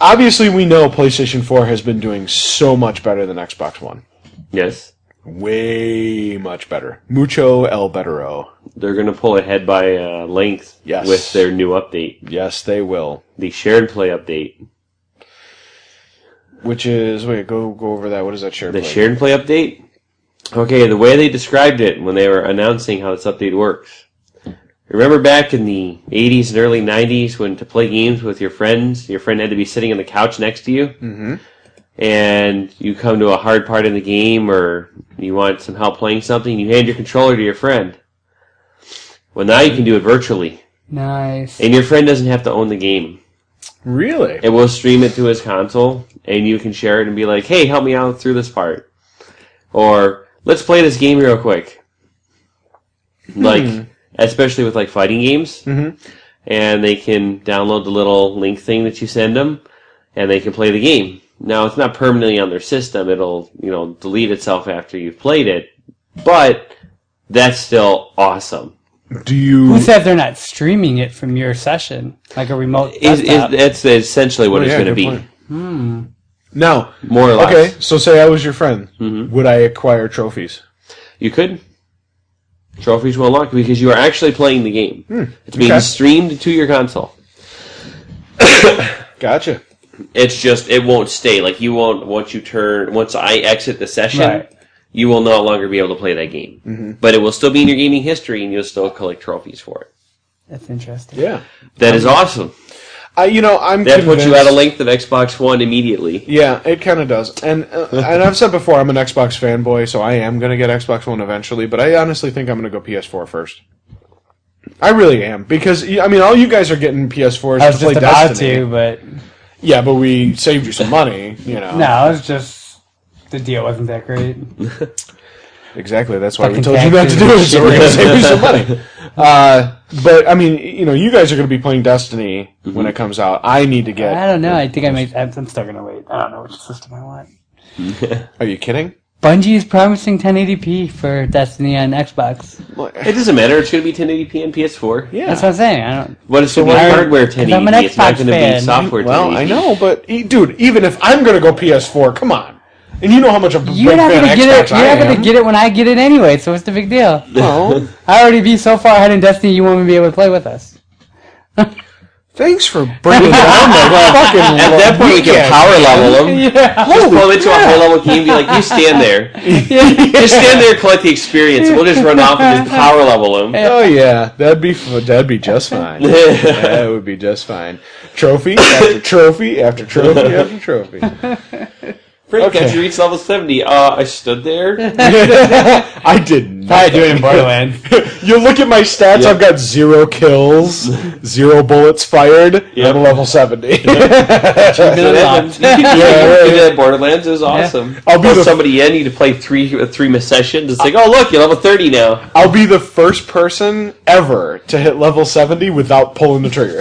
Obviously, we know PlayStation 4 has been doing so much better than Xbox One. Yes. Way much better. Mucho el bettero. They're going to pull ahead by uh, length Yes. with their new update, Yes, they will. the shared play update. Which is wait, go go over that. What is that share? The play? shared play update? Okay, the way they described it when they were announcing how this update works. Remember back in the 80s and early 90s when to play games with your friends, your friend had to be sitting on the couch next to you? Mm-hmm. And you come to a hard part in the game or you want some help playing something, you hand your controller to your friend. Well, now you can do it virtually. Nice. And your friend doesn't have to own the game. Really? It will stream it to his console, and you can share it and be like, hey, help me out through this part. Or, let's play this game real quick. Hmm. Like, especially with like fighting games. Mm-hmm. And they can download the little link thing that you send them, and they can play the game. Now, it's not permanently on their system. It'll, you know, delete itself after you've played it. But, that's still awesome. Do you? Who said they're not streaming it from your session, like a remote Is, is, desktop? that's essentially what Oh, it's yeah, going to good be. point. Now, More or less. okay. So say I was your friend. Would I acquire trophies? You could. Trophies will unlock because you are actually playing the game. Hmm, It's being okay. streamed to your console. Gotcha. It's just it won't stay. Like you won't once you turn once I exit the session, Right. Mm-hmm. you will no longer be able to play that game. But it will still be in your gaming history, and you'll still collect trophies for it. That's interesting. Yeah. That is awesome. I, you know, I'm. That puts you convinced- out of length of Xbox One immediately. Yeah, it kind of does. And uh, and I've said before, I'm an Xbox fanboy, so I am going to get Xbox One eventually. But I honestly think I'm going to go PS4 first. I really am because y- I mean, all you guys are getting PS4s to I was play just about Destiny. to, but Yeah, but we saved you some money. You know. no, it's just the deal wasn't that great. Exactly. That's why we Fucking told you not to taxes do and it. So we're shit. going to save you some money. Uh, but I mean, you know, you guys are going to be playing Destiny when it comes out. I need to I get. don't know. I think I might. I'm I'm still gonna wait. I don't know which system I want. Are you kidding? Bungie is promising 1080p for Destiny on Xbox. It doesn't matter. It's going to be 1080p on PS4. Yeah. That's what I'm saying. I don't. But it's going to So be why- hardware 'cause I'm an 1080p. It's not Xbox going to be fan. software 1080p. well, I know, but e- dude, even if I'm going to go PS4, come on. And you know how much of a You're big not fan gonna of get Xbox it. You're I not am. gonna get it when I get it anyway. So what's the big deal? Well, I already be so far ahead in Destiny, you won't even be able to play with us. thanks for bringing down my fucking. At that point, we can power level them. Yeah. Just blow into a whole level game. Be like, you stand there, just stand there, collect the experience. We'll just run off and just power level them. Oh yeah, that'd be f- that'd be just fine. that would be just fine. Trophy after trophy after trophy after trophy. Pretty Okay. catch, you reach level seventy. Uh, I stood there. I did not. do it in Borderlands. You look at my stats. Yeah. I've got zero kills, zero bullets fired. Yep. I'm level seventy. So that's- you can do Yeah, that. yeah, You can do that. Borderlands is awesome. I'll be Pull the- somebody in. You to play three uh, three miss sessions. It's like, oh look, you're level thirty now. I'll be the first person ever to hit level seventy without pulling the trigger.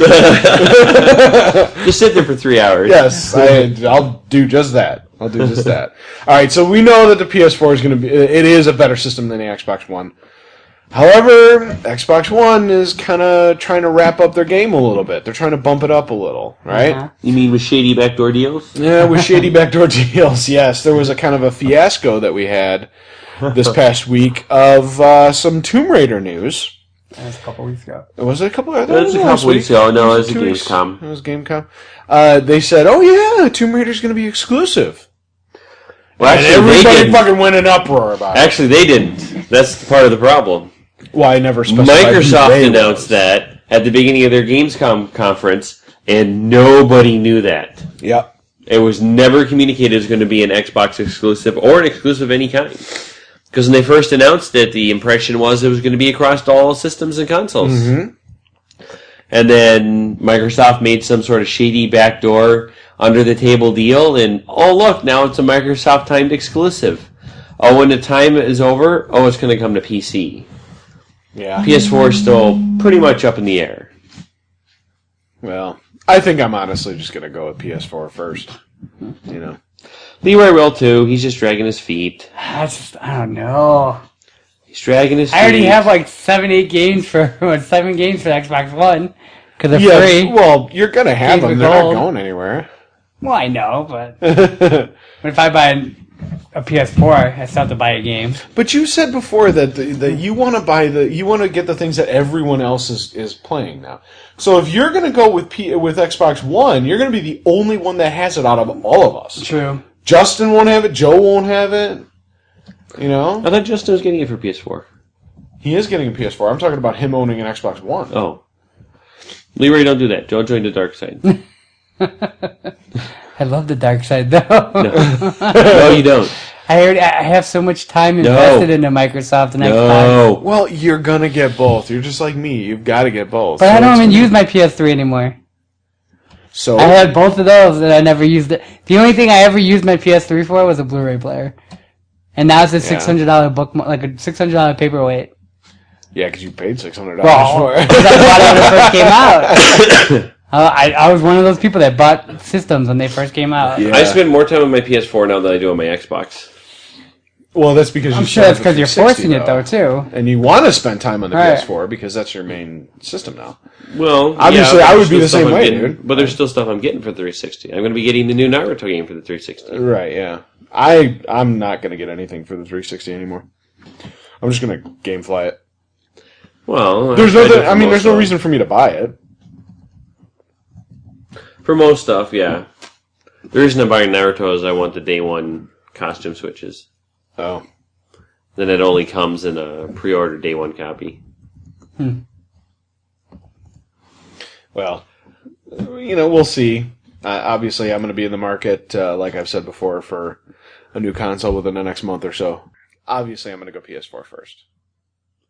Just sit there for three hours. yes, I, I'll do just that. I'll do just that. All right, so we know that the PS4 is going to be. It is a better system than the Xbox One. However, Xbox One is kind of trying to wrap up their game a little bit. They're trying to bump it up a little, right? Uh-huh. You mean with shady backdoor deals? Yeah, with shady backdoor deals. Yes, there was a kind of a fiasco that we had this past week of uh, some Tomb Raider news. That was a couple weeks ago. Was it a couple? I thought it That's a was last couple weeks week. ago. No, it's a Two weeks. Gamescom. It was GameCom. Uh, they said, "Oh yeah, Tomb Raider's going to be exclusive." Well, And actually, they everybody didn't. fucking went in uproar about it. Actually, they didn't. That's part of the problem. Well, I never specified. who Microsoft they announced was. that at the beginning of their Gamescom conference, and nobody knew that. Yep. It was never communicated as going to be an Xbox exclusive or an exclusive of any kind. Because when they first announced it, the impression was it was going to be across all systems and consoles. And then Microsoft made some sort of shady backdoor under the table deal, and oh look, now it's a Microsoft timed exclusive. Oh, when the time is over, oh, it's going to come to PC. Yeah. PS4 is still pretty much up in the air. Well, I think I'm honestly just going to go with PS4 first. You know. Leroy will too. He's just dragging his feet. I just, I don't know. He's dragging his feet. I already have like seven, eight games for what, seven games for Xbox One because they're Yes. free. Well, Well, you're going to have Games them. are They're not gold. going anywhere. I know, but but if I buy an a PS4, I still have to buy a game. But you said before that the, that you want to buy the you want to get the things that everyone else is, is playing now. So if you're going to go with P, with Xbox One, you're going to be the only one that has it out of all of us. True. Justin won't have it. Joe won't have it. You know, I thought Justin was getting it for PS4. he is getting a PS4. I'm talking about him owning an Xbox One. Oh. Leroy, don't do that. Don't join the dark side. I love the dark side though. No, you don't. I already I I have so much time invested into Microsoft and No. Xbox, Well, you're gonna get both. You're just like me. You've got to get both. but I So don't it's- even use my PS3 anymore. So I had both of those and I never used it. The only thing I ever used my PS3 for was a Blu-ray player, and now it's a six hundred dollar book, like a six hundred dollar paperweight. yeah, because you paid six hundred Well, dollars for it. 'cause I bought it when it first came out. Uh, I, I was one of those people that bought systems when they first came out. Yeah. I spend more time on my PS4 now than I do on my Xbox. Well, that's because you I'm still sure that's have the because you're 360, forcing it though too. and you want to spend time on the All right. PS4 because that's your main system now. Well, Obviously, yeah, I but would be there's the still same stuff I'm way, getting- dude. But there's still stuff I'm getting for 360. I'm going to be getting the new Naruto game for the 360. Right, yeah. I I'm not gonna get anything for the 360 anymore. I'm just gonna gamefly it. Well, There's I- I no, do I for mean, most there's no stuff. reason for me to buy it. for most stuff. Yeah, the reason I'm buying Naruto is I want the day one costume switches. Oh, Then it only comes in a pre-order day one copy. well, you know, we'll see. Uh, obviously, I'm gonna be in the market, uh, like I've said before, for a new console within the next month or so. Obviously, I'm gonna go PS4 first.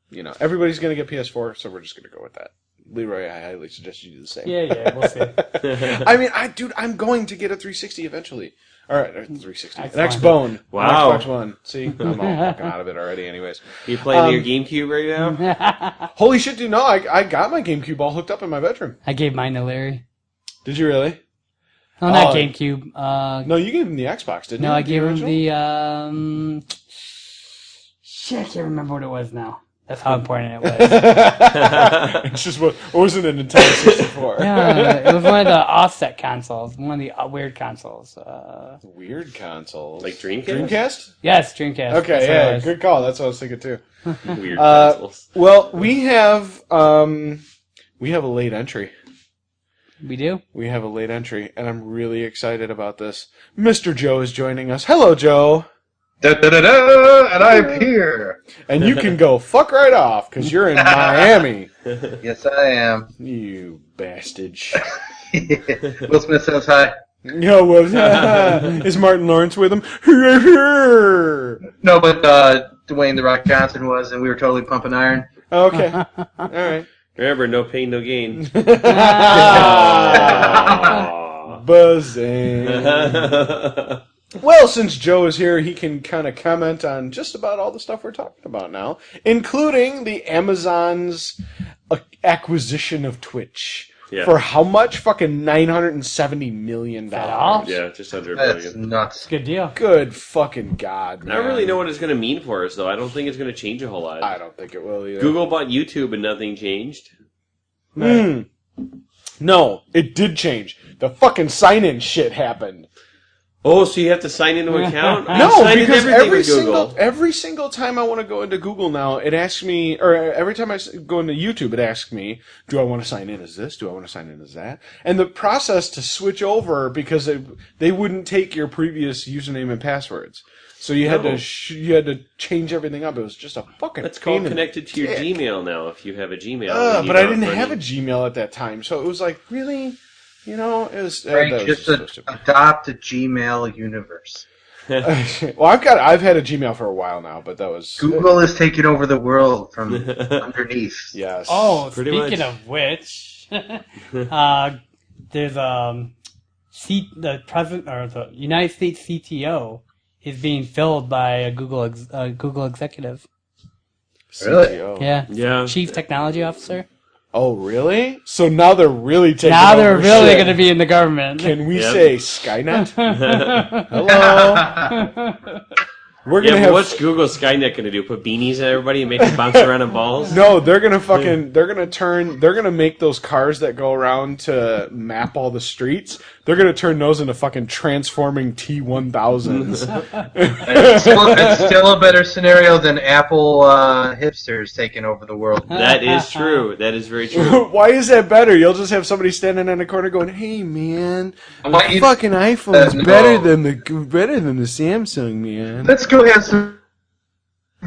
You know, everybody's gonna get PS4, so we're just gonna go with that. Leroy, I highly suggest you do the same. yeah, we'll see. I mean, I dude, I'm going to get a 360 eventually. All right, a 360, an Xbox. Xbone, Wow. an Xbox One. See, I'm all fucking out of it already. Anyways, You playing Um, your GameCube right now? holy shit, dude! No, I, I got my GameCube all hooked up in my bedroom. I gave mine to Larry. Did you really? No, not Oh. GameCube. Uh, No, you gave him the Xbox, didn't you? no, I The gave him original? the um. Shit, I can't remember what it was now. That's how important it was. it's just what what was it a Nintendo 64? yeah, it was one of the offset consoles, one of the uh, weird consoles. Uh, Weird console, Like Dreamcast? Dreamcast. yes, Dreamcast. Okay, That's what it yeah, was. good call. That's what I was thinking too. Weird Uh, consoles. Well, we have um, we have a late entry. We do. We have a late entry, and I'm really excited about this. Mr. Joe is joining us. Hello, Joe. Da, da, da, da, and I'm here. And you can go fuck right off because you're in Miami. Yes, I am. You bastard. Will Smith says hi. Yo, what- is Martin Lawrence with him? No, but uh, Dwayne the Rock Johnson was, and we were totally pumping iron. okay. All right. Remember, no pain, no gain. Ah. Buzzing. Aw. Well, since Joe is here, he can kind of comment on just about all the stuff we're talking about now, including the Amazon's a- acquisition of Twitch Yeah. for how much? Fucking nine hundred and seventy million all? dollars. yeah, just under a That's billion. nuts. Good deal. Good fucking god, I man. don't really know what it's going to mean for us, though. I don't think it's going to change a whole lot. I don't think it will either. Google bought YouTube and nothing changed. Mm. No, it did change. The fucking sign-in shit happened. Oh, so you have to sign into an account? I No, signed into because everything every with Google. single every single time I want to go into Google now, it asks me, or every time I s- go into YouTube, it asks me, do I want to sign in as this? Do I want to sign in as that? And the process to switch over because they they wouldn't take your previous username and passwords, so you had No. to sh- you had to change everything up. It was just a fucking. That's called pain in the connected to your dick. Gmail now. If you have a Gmail, Uh, and you but I don't didn't run have a it. Gmail at that time, so it was like, really? You know, it was. uh, that Frank, was just so a, stupid. adopt a Gmail universe. well, I've got, I've had a Gmail for a while now, but that was Google is taking over the world from underneath. Yes. Oh, Pretty speaking much. of which, uh, there's um, C- the president or the United States CTO is being filled by a Google ex- a Google executive. Really? CTO. Yeah, Yeah. chief technology officer. Oh, really? So now they're really taking. Now they're over really shit. going to be in the government. Can we Yeah. say Skynet? Hello. We're Yeah, gonna but have what's Google Skynet going to do? Put beanies on everybody and make them bounce around on balls? no. They're gonna fucking. They're gonna turn. They're gonna make those cars that go around to map all the streets. They're gonna turn those into fucking transforming T one thousands. It's still, it's still a better scenario than Apple uh, hipsters taking over the world. That is true. That is very true. Why is that better? You'll just have somebody standing in a corner going, "Hey, man, I want you- fucking iPhone's Uh, no. better than the better than the Samsung, man." Let's go have some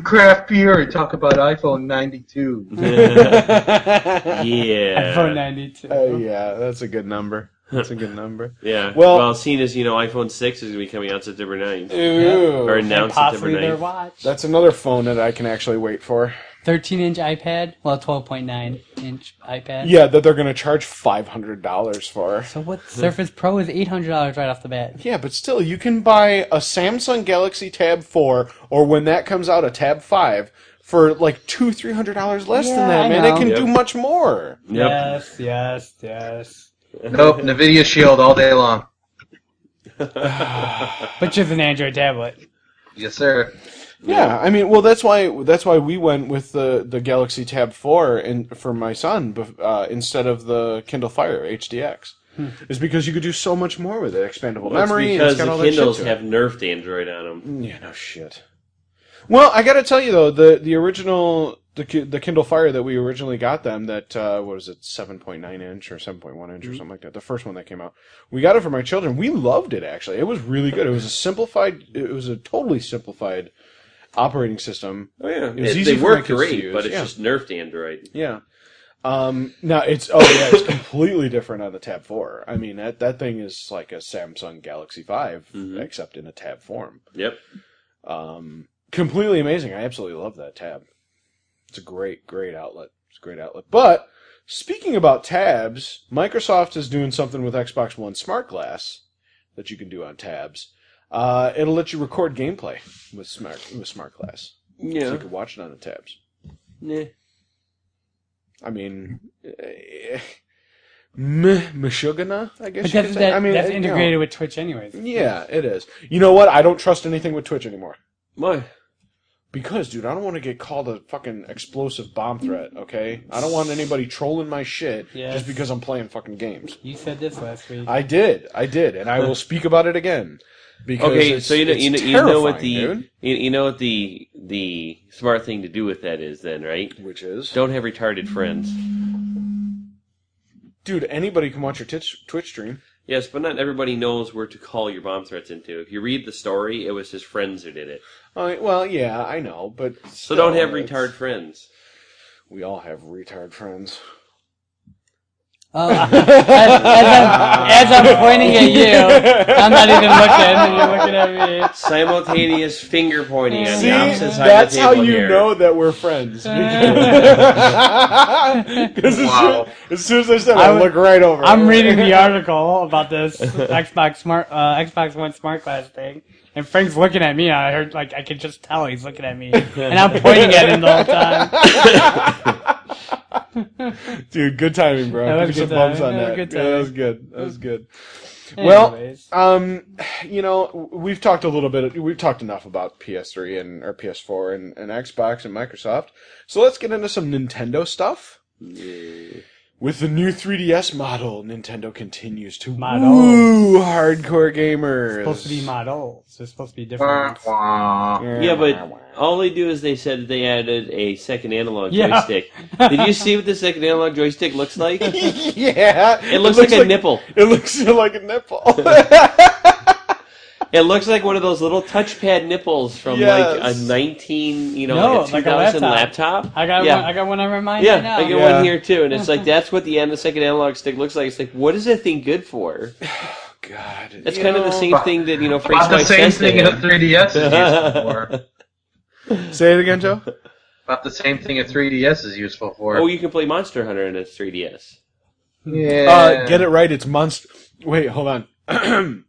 craft beer and talk about iPhone 92. iPhone yeah. 92. Uh, yeah, that's a good number. That's a good number. Yeah. Well- Well, seeing as you know, iPhone six is going to be coming out September 9th. Ew. Or and announced possibly September their 9th. watch. That's another phone that I can actually wait for. 13 inch iPad. Well, 12.9 inch iPad. Yeah, that they're gonna charge five hundred dollars for. So what? Surface Pro is $800 right off the bat. Yeah, but still, you can buy a Samsung Galaxy Tab Four, or when that comes out, a Tab Five for like two, three hundred dollars less Yeah, than that. I man, know. it can Yep. do much more. Yep. Yes, yes, yes. Nope, NVIDIA Shield all day long. But just an Android tablet. Yes, sir. Yeah, I mean, well, that's why that's why we went with the the Galaxy Tab Four and for my son bef- uh, instead of the Kindle Fire HDX, is because you could do so much more with it. Expandable Hmm. Well, it's memory. and because it's got all the that shit Kindles to it. Mm. have nerfed Android on them. Yeah, no shit. Well, I gotta tell you though, the the original the Ki- the Kindle Fire that we originally got them that uh, what was it, seven point nine inch or seven point one inch or something like that, the first one that came out. We got it for my children. We loved it actually. It was really good. It was a simplified. It was a totally simplified operating system. Oh yeah, was It- easy they for my work kids to great, use, but it's yeah. just nerfed Android. Yeah. Um, now it's oh yeah, it's completely different on the Tab Four. I mean that that thing is like a Samsung Galaxy 5 Mhm. except in a tab form. Yep. Um, completely amazing. I absolutely love that tab. It's a great, great outlet. It's a great outlet. But speaking about tabs, Microsoft is doing something with Xbox One Smart Glass that you can do on tabs. Uh, it'll let you record gameplay with smart with Smart Glass, so you Yeah. can watch it on the tabs. Nah. I mean, eh, meh, Meshuggah, I guess. you But could that's, say. that, I mean, that's eh, you know. integrated with Twitch anyways. yeah, it is. You know what? I don't trust anything with Twitch anymore. Why? Because, dude, I don't want to get called a fucking explosive bomb threat, okay? I don't want anybody trolling my shit Yes. just because I'm playing fucking games. You said this last week. I did, I did, and I will speak about it again. Because Okay, it's- so you know it's you know, you know what the terrifying, you, you know what the the smart thing to do with that is then, right? dude. which is Don't have retarded friends. dude, anybody can watch your titch, Twitch stream. Yes, but not everybody knows where to call your bomb threats into. If you read the story, it was his friends who did it. I mean, Oh, well, yeah, I know, but So don't have still, it's- retard friends. We all have retard friends. Oh, as, as, I'm, as I'm pointing at you, I'm not even looking, and you're looking at me. Simultaneous finger pointing on See, the opposite side that's of the how table you here. know that we're friends. Because Wow. as, soon, as soon as I said, it, I I, would- look right over. I'm it. reading the article about this Xbox smart uh, Xbox One smart glass thing, and Frank's looking at me. and I heard like I can just tell he's looking at me, and I'm pointing at him the whole time. Dude, good timing, bro. That was Give good some bumps timing. on That that. was good Yeah, that timing. was good. That was good. Anyways. Well, um, you know, we've talked a little bit. We've talked enough about PS3 and or PS4 and, and Xbox and Microsoft. So let's get into some Nintendo stuff. With the new 3DS model, Nintendo continues to Model. woo hardcore gamers. supposed to be models. They're supposed to be different. Wah, wah. Yeah, but all they do is they said they added a second analog Yeah. joystick. Did you see what the second analog joystick looks like? It yeah, it looks, like, a nipple. It looks like a nipple. It looks like one of those little touchpad nipples from like Yes. a nineteen, you know, No, like a two like a thousand laptop. laptop. I got yeah. one, I got one on my mind right yeah, now. I get Yeah. one here too, and it's like that's what the, an- the second analog stick looks like. It's like, what is that thing good for? God, That's you kind of the know. same thing that you know Frank's About the wife same says to thing in a him. 3DS is useful for. Say it again, Joe. About the same thing a 3DS is useful for. Oh, you can play Monster Hunter in a 3DS. yeah. Uh, get it right. It's monster. Wait, hold on.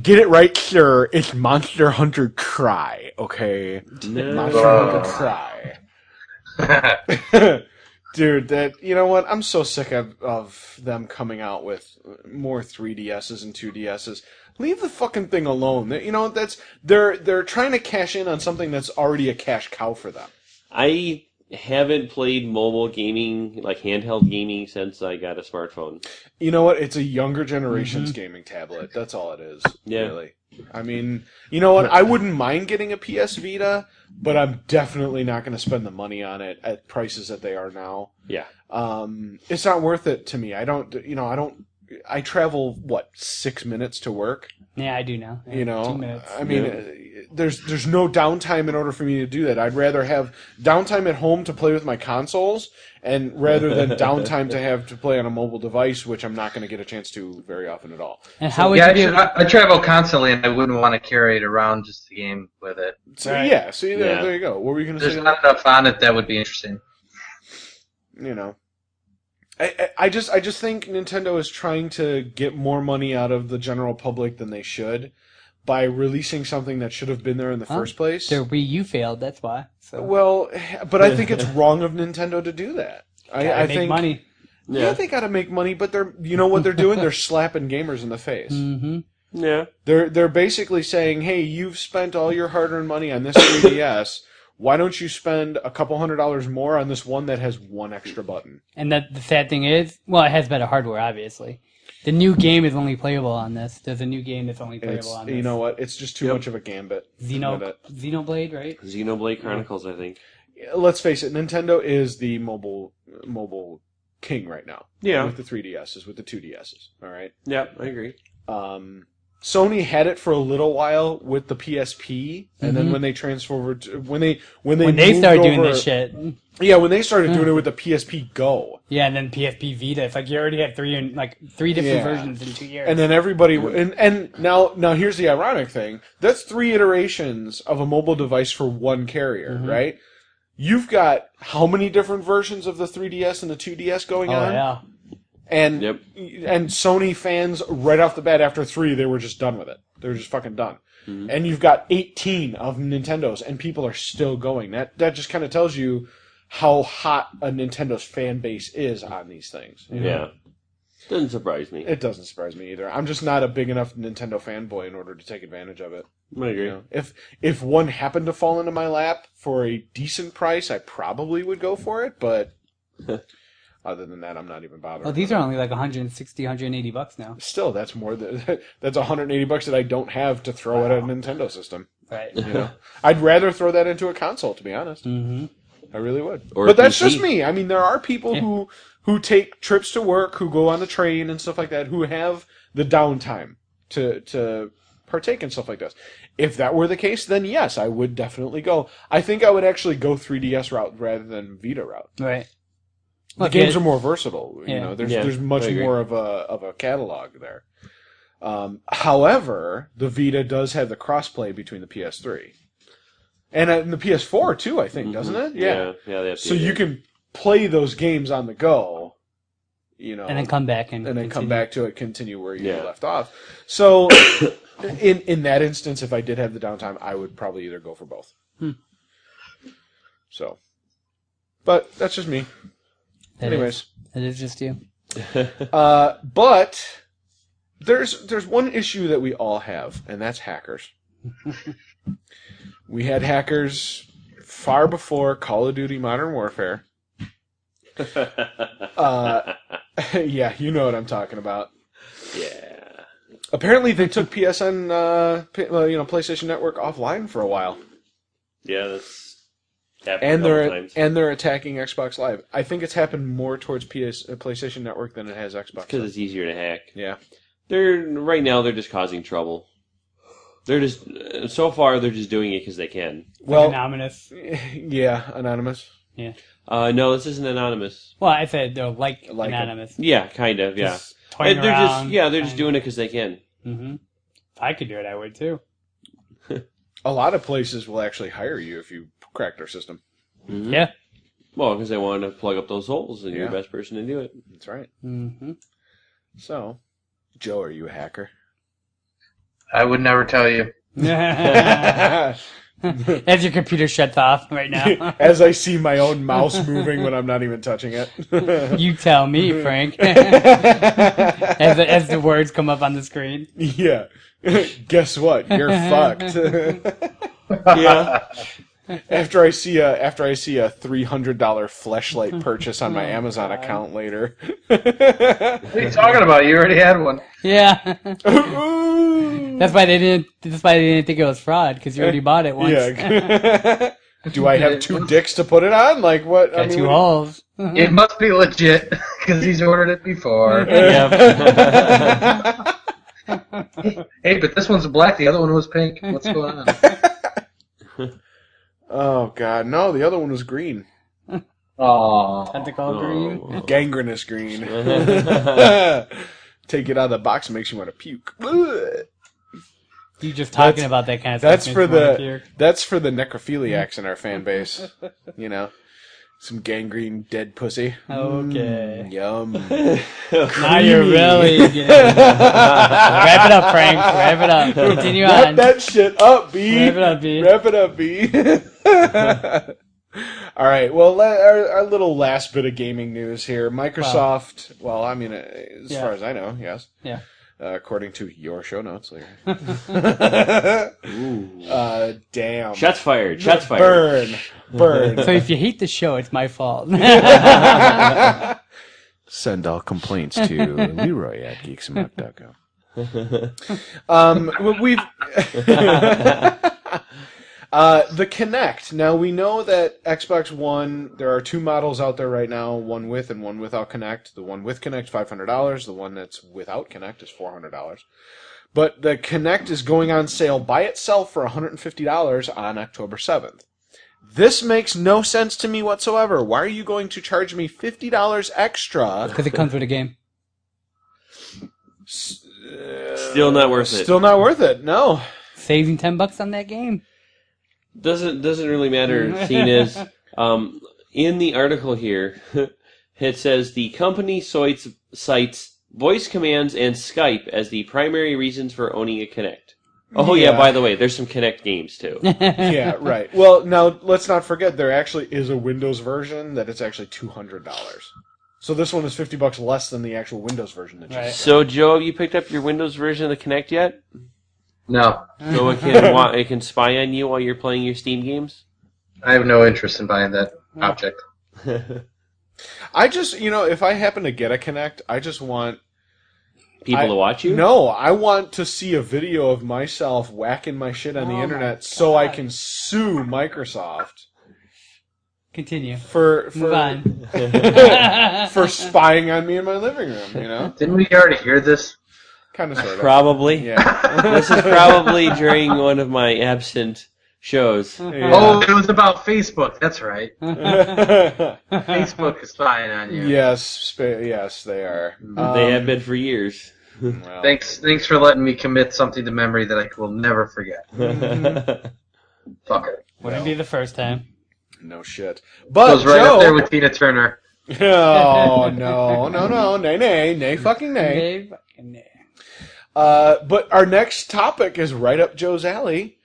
get it right, sir. It's Monster Hunter Cry. Okay, Monster Hunter Cry. Dude, that you know what? I'm so sick of, of them coming out with more 3DSs and 2DSs. Leave the fucking thing alone. That- You know that's they're they're trying to cash in on something that's already a cash cow for them. I haven't played mobile gaming, like handheld gaming, since I got a smartphone. You know what? It's a younger generation's gaming tablet. That's all it is. Yeah. Really. I mean, you know what? I wouldn't mind getting a PS Vita, but I'm definitely not going to spend the money on it at prices that they are now. Yeah. Um, it's not worth it to me. I don't, you know, I don't. I travel what six minutes to work. Yeah, I do now. Yeah, You know, two minutes. I mean, uh, there's there's no downtime in order for me to do that. I'd rather have downtime at home to play with my consoles, and rather than downtime to have to play on a mobile device, which I'm not going to get a chance to very often at all. and how would yeah, you I, be? should, I, I travel constantly, and I wouldn't want to carry it around just the game with it. So Right. yeah, see there, Yeah. there you go. What were you going to There's say? not enough on it that would be interesting. you know. I, I- I just I just think Nintendo is trying to get more money out of the general public than they should by releasing something that should have been there in the Huh? first place. Their Wii U failed. That's why. So Well, but I think it's wrong of Nintendo to do that. I, Gotta I make think money. Yeah. they got to make money, but they're you know what they're doing? they're slapping gamers in the face. Mm-hmm. Yeah. They're they're basically saying, "Hey, you've spent all your hard-earned money on this 3DS. Why don't you spend a couple hundred dollars more on this one that has one extra button?" And that the sad thing is, well, it has better hardware, obviously. The new game is only playable on this. There's a new game that's only playable It's, on this. you know what? It's just too much of a gambit. Xeno, But, uh, Xenoblade, right? Xenoblade Chronicles, I think. Let's face it, Nintendo is the mobile mobile king right now. Yeah. With the 3DSs, with the 2DSs. All right. Yeah, I agree. Um, Sony had it for a little while with the PSP, and then when they transferred, to, when they when they Mm-hmm. When they moved started doing over- this shit, Mm. yeah, when they started doing it with the PSP Go, yeah, and then PSP Vita. It's like you already had three and like three different Yeah. versions in two years. and then everybody and and now now here's the ironic thing: that's three iterations of a mobile device for one carrier, Mm-hmm. right? You've got how many different versions of the 3DS and the 2DS going oh on? yeah, And Yep. and Sony fans right off the bat after three, they were just done with it. They were just fucking done. Mm-hmm. And you've got eighteen of Nintendo's, and people are still going. That that just kind of tells you how hot a Nintendo's fan base is on these things. you know? Yeah. Doesn't surprise me. It doesn't surprise me either. I'm just not a big enough Nintendo fanboy in order to take advantage of it. I agree. you know? If if one happened to fall into my lap for a decent price, I probably would go for it. But other than that, I'm not even bothered. well, Oh, these are only like 160, 180 bucks now, still that's more than that's 180 bucks that I don't have to throw at a Nintendo system. right? You know, I'd rather throw that into a console, to be honest. mm-hmm. I really would. Or but a that's PC. just me. I mean, there are people who who take trips to work, who go on the train and stuff like that, who have the downtime to to partake in stuff like this. If that were the case, then yes, I would definitely go. I think I would actually go 3DS route rather than Vita route. Right. The Look, games it- are more versatile. You Yeah. know, there's Yeah, there's much I agree. more of a of a catalog there. Um, however, the Vita does have the crossplay between the PS3 and, uh, and the PS4 too. I think doesn't it? Mm-hmm. Yeah. Yeah, they have So to do you that. can play those games on the go. You know, and then come back and and then come continue. back to it, continue where you Yeah. left off. So, in in that instance, if I did have the downtime, I would probably either go for both. Hmm. So, but that's just me. That is- Anyways. that is just you. Uh, but there's there's one issue that we all have, and that's hackers. we had hackers far before Call of Duty Modern Warfare. uh, yeah, you know what I'm talking about. Yeah. Apparently, they took PSN, uh, P- well, you know, PlayStation Network offline for a while, Yeah, that's happened and a couple they're times. and they're attacking Xbox Live. I think it's happened more towards PS, uh, PlayStation Network than it has Xbox. because it's easier to hack. yeah, They're right now. They're just causing trouble. They're just uh, so far. They're just doing it because they can. Well, well, yeah, anonymous. Yeah. Uh, no, this isn't anonymous. Well, I said they're like, Like 'em. anonymous. Yeah, kind of. Yeah, Just toying And they're around, just yeah. They're just doing it because they can. Mm-hmm. If I could do it, I would too. A lot of places will actually hire you if you crack their system. Yeah. Well, because they want to plug up those holes, and you're Yeah. the best person to do it. That's right. Mm-hmm. So, Joe, are you a hacker? I would never tell you. yeah. That's As your computer shuts off right now. As I see my own mouse moving when I'm not even touching it. you tell me, Frank. as, the, as the words come up on the screen. yeah. Guess what? You're fucked. Yeah. after I see a after I see a three hundred dollar flashlight purchase on Oh, my Amazon account later. What are you talking about? You already had one. Yeah. Ooh. That's why they didn't. That's why they didn't think it was fraud because you already bought it once. Yeah. Do I have two dicks to put it on? Like what? I Got mean, two what- holes. It must be legit because he's ordered it before. Mm-hmm. Yep. hey, but this one's black. The other one was pink. What's going on? Oh god, no! The other one was green, Oh, Tentacle green. Oh. gangrenous green. Take it out of the box makes you want to puke. Ugh. You just talking about that kind of That's stuff. for makes me wanna the puke. that's for the necrophiliacs in our fan base. You know, some gangrene dead pussy. Mm, Okay. Yum. Now you're really getting. Wrap it up, Frank. Wrap it up. Continue Wrap on. Wrap that shit up, B. it up, B. Wrap it up, B. All right. Well, la- our, our little last bit of gaming news here. Microsoft. Well, I mean, uh, as Yeah. far as I know, yes. Yeah. Uh, according to your show notes later. uh, damn. Shots fired. Shots fired. burn. Burn. So if you hate the show, it's my fault. Send all complaints to Leroy at geeksmuck.com. um, we- we've uh, the Kinect. Now we know that Xbox One. There are two models out there right now: one with and one without Kinect. The one with Kinect, five hundred dollars. The one that's without Kinect is four hundred dollars. But the Kinect is going on sale by itself for one hundred and fifty dollars on October seventh. This makes no sense to me whatsoever. Why are you going to charge me fifty dollars extra? Because it comes with a game. Still not worth it. Still not worth it. No. Saving ten bucks on that game. doesn't doesn't really Mm. matter. Seeing as um, in the article here, it says the company cites cites voice commands and Skype as the primary reasons for owning a Kinect. Oh yeah, Yeah. by the way, there's some Kinect games too. Yeah, right. Well, now let's not forget there actually is a Windows version that it's actually two hundred dollars. So this one is fifty bucks less than the actual Windows version that you Right. so Joe, have you picked up your Windows version of the Kinect yet? no. So it can wa- it can spy on you while you're playing your Steam games. I have no interest in buying that object. I just you know, if I happen to get a Kinect, I just want People I- to watch you. No, I want to see a video of myself whacking my shit on Oh the my internet so I God. can sue Microsoft Continue. for Move for on. for spying on me in my living room, you know? Didn't we already hear this? Kind of sort of. Probably. Yeah. this is probably during one of my absent shows. Hmm. Oh, it was about Facebook. That's right. Oh. Facebook is spying on you. yes, spa- yes, they are. they have been for years. Um, well, Thanks, thanks for letting me commit something to memory that I will never forget. Fuck it. Wouldn't be the first time. No shit. Oh, But Goes right Joe, up there with Tina Turner. oh no, no, no, nay, nay, nay, fucking nay. Dave, fucking Dave. Uh, but our next topic is right up Joe's alley.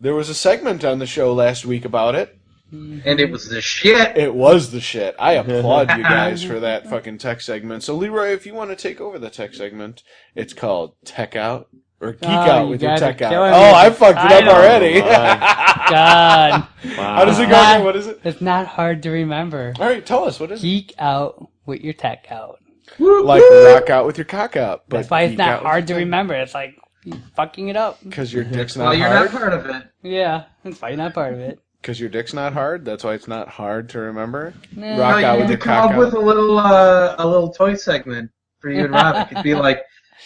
There was a segment on the show last week about it. And it was the shit. It was the shit. I applaud you guys for that fucking tech segment. So Leroy, if you want to take over the tech segment, it's called Tech Out or Geek Oh, Out you with your guys are Tech Out. killing Oh, me. I fucked it I up know. Oh, already. God, How does it go? Wow. again? What is it? it's not hard to remember. All right, tell us what is it? Geek out with your tech out. like rock out with your cock out. But That's why it's not hard to remember. It's like you fucking it up. because your dick's not Uh-huh. Well, you're not hard. part of it. Yeah, that's why you're not part of it. Because your dick's not hard. That's why it's not hard to remember. Nah. Rock No, out you with your could come cock up with a out. little uh, a little toy segment for you and Rob. It could be like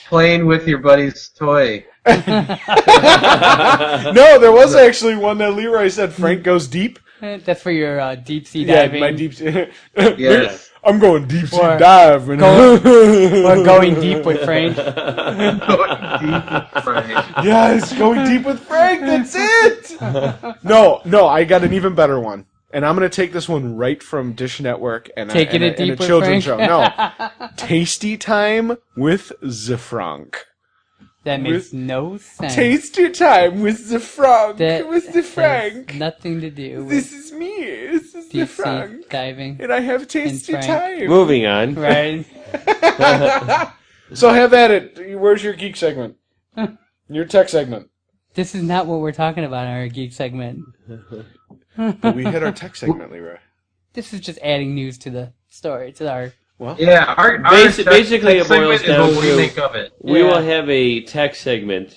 playing with your buddy's toy. No, there was actually one that Leroy said Frank goes deep. Eh, That's for your uh, deep sea Yeah, diving. my deep. sea- Yes. I'm going deep sea Or dive. And We're going deep with Frank. Right. Yes, going deep with Frank. That's it. No, no, I got an even better one. And I'm gonna take this one right from Dish Network and a, Taking and it a, and a deep with children's Frank? show. No, Tasty Time with Zefrank. That makes no sense. Taste your time with the Frank. that with the has Frank. Nothing to do This with is me. This is the deep sea Frank. diving. And I have tasty Frank. time. Moving on. Right. So have at it. Where's your geek segment? your tech segment. This is not what we're talking about in our geek segment. But we had our tech segment, Leroy. This is just adding news to the story, to our Yeah, our, our Basi- tech- basically tech it boils segment is what down we to- think of it. We Yeah. will have a tech segment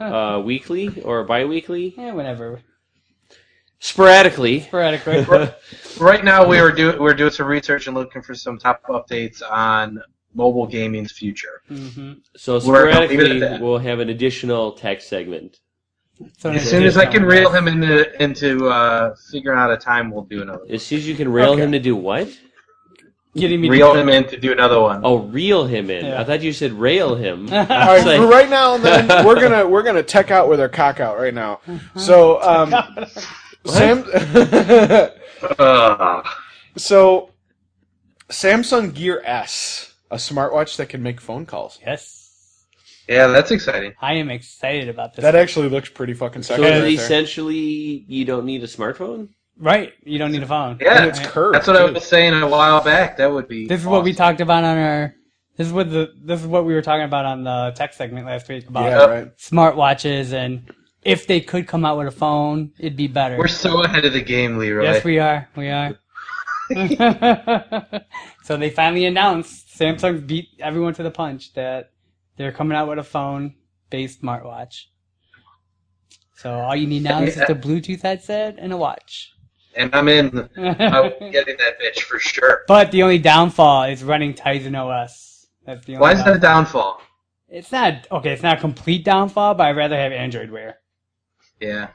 uh, weekly or bi-weekly, yeah, whatever. sporadically. Sporadically. Right now, we were doing we're doing some research and looking for some top updates on mobile gaming's future. hmm So We're gonna leave it at sporadically, that. we'll have an additional tech segment. So uh, As soon as I can reel him into into uh, figuring out a time, we'll do another. As soon as you can rail him to do what? getting me to- Reel him in to do another one. Oh, reel him in. Yeah. I thought you said rail him. All Uh-huh. right, for right now, then we're gonna we're gonna tech out with our cock out right now. So, um, Sam, Ugh. so Samsung Gear S, a smartwatch that can make phone calls. Yes. yeah, that's exciting. I am excited about this. That actually looks pretty fucking so sexy. is it right there. essentially you don't need a smartphone? right. You don't need a phone. Yeah, And it's curved. that's what I too. was saying a while back. That would be. This is what we awesome. talked about on our. This is what the this is what we were talking about on the tech segment last week about Yeah, right. smartwatches and if they could come out with a phone, it'd be better. We're so ahead of the game, Leroy. yes, we are. We are. so they finally announced Samsung beat everyone to the punch that they're coming out with a phone-based smartwatch. So all you need now is just a Bluetooth headset and a watch. and I'm in. I'm getting that bitch for sure. But the only downfall is running Tizen OS. That's the only Why is that a downfall. downfall? It's not okay. It's not a complete downfall, but I'd rather have Android Wear. Yeah.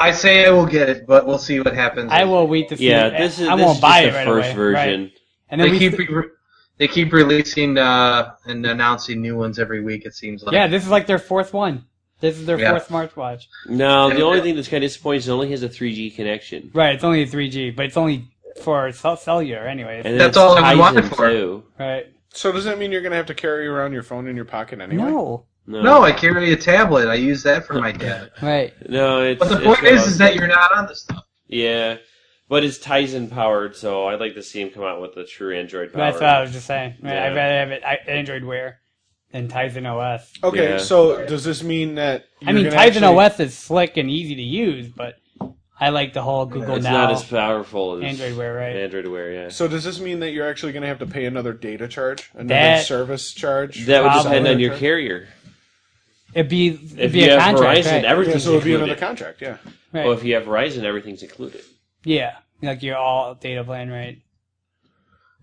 I say I will get it, but we'll see what happens. I will wait to see. Yeah, it. this is I this won't is buy just it the right first away, version. right. And then They we keep st- re- they keep releasing uh, and announcing new ones every week. It seems like. yeah, this is like their fourth one. This is their Yeah. fourth smartwatch. No, the And- only thing that's kind of disappointing is it only has a 3G connection. Right, it's only 3G, but it's only for cell- cellular, anyways. And That's it's all I wanted Tizen, for it. too. right? So does that mean you're gonna have to carry around your phone in your pocket anyway? No, No, No, I carry a tablet. I use that for my dad. right? no. It's, But the it's point not- is, is that you're not on the stuff. yeah, but it's Tizen powered, so I'd like to see him come out with a true Android power. That's what I was just saying. Right, Yeah. I'd rather have it I, Android Wear than Tizen OS. Okay, Yeah. so does this mean that I you're mean, gonna Tizen actually- OS is slick and easy to use, but I like the whole Google It's Now not as powerful as Android Wear, right? Android Wear, yeah. So does this mean that you're actually going to have to pay another data charge, another That- service charge? That would depend Probably. on your carrier. It'd be it'd If be you a have contract, Verizon, right? Yeah, everything's so it'll be included. another contract. Yeah. right. Well, if you have Verizon, everything's included. yeah, like your all data plan, right?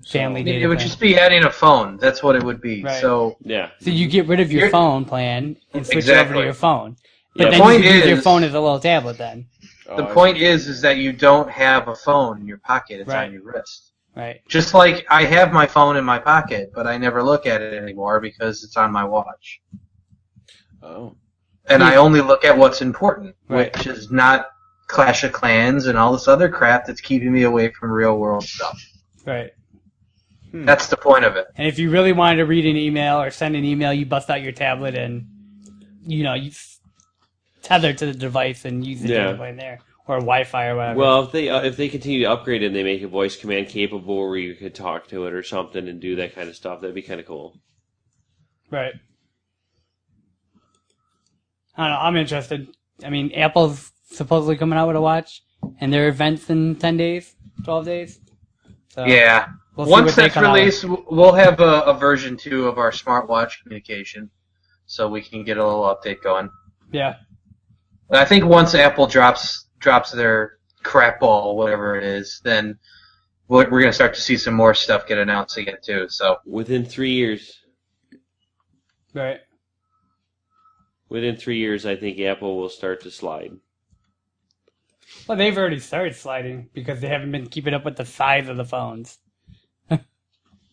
Family data It would plan. just be adding a phone. That's what it would be. Right. So Yeah. so you get rid of your You're- phone plan and switch it over Exactly. to your phone. But Yeah, then point you could use your is- phone as a little tablet, then, Oh, the I- point is, is that you don't have a phone in your pocket. It's Right. on your wrist. right? Just like I have my phone in my pocket, but I never look at it anymore because it's on my watch. Oh. And I only look at what's important, Hmm. Right. which is not Clash of Clans and all this other crap that's keeping me away from real world stuff. Right. Hmm. That's the point of it. And if you really wanted to read an email or send an email, you bust out your tablet and you know you s- tether to the device and use the Yeah. data plan there or Wi-Fi or whatever. Well, if they uh, if they continue to upgrade and they make a voice command capable where you could talk to it or something and do that kind of stuff, that'd be kind of cool. right. I don't know. I'm interested. I mean, Apple's supposedly coming out with a watch, and their events in ten days, twelve days. So Yeah. Uh, we'll see Once what they that's come out with. released, w- we'll have a, a version two of our smartwatch communication, so we can get a little update going. Yeah. But I think once Apple drops drops their crap ball, whatever it is, then we're, we're gonna start to see some more stuff get announced again too. So Within three years, Right. within three years, I think Apple will start to slide. Well, they've already started sliding because they haven't been keeping up with the size of the phones.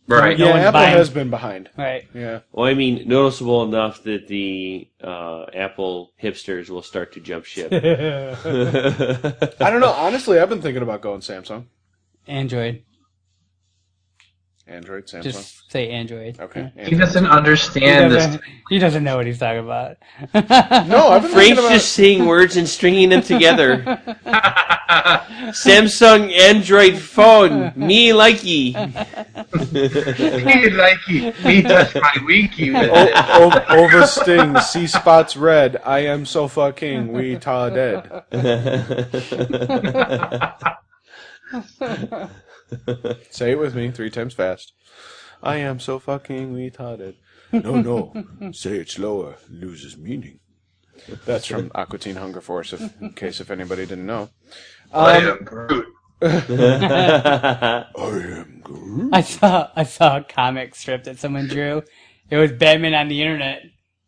right, No yeah, one's Apple buying- has been behind. Right. Yeah. Well, I mean, noticeable enough that the uh, Apple hipsters will start to jump ship. I don't know. Honestly, I've been thinking about going Samsung. Android. Android, Samsung. Just say Android. okay. He Android. doesn't He understand this. doesn't, he doesn't know what he's talking about. No, I've been thinking Frank's about. just seeing words and stringing them together. Samsung Android phone, me likey. Me likey, me touch my winky with it. O- o- oversting, C spots red. I am sofa king. We ta dead. Say it with me three times fast. I am so fucking retarded. No, no. Say it slower. Loses meaning. That's from Aqua Teen Hunger Force, if, in case if anybody didn't know. Um, I am brute. I am Groot. I saw I saw a comic strip that someone drew. It was Batman on the internet,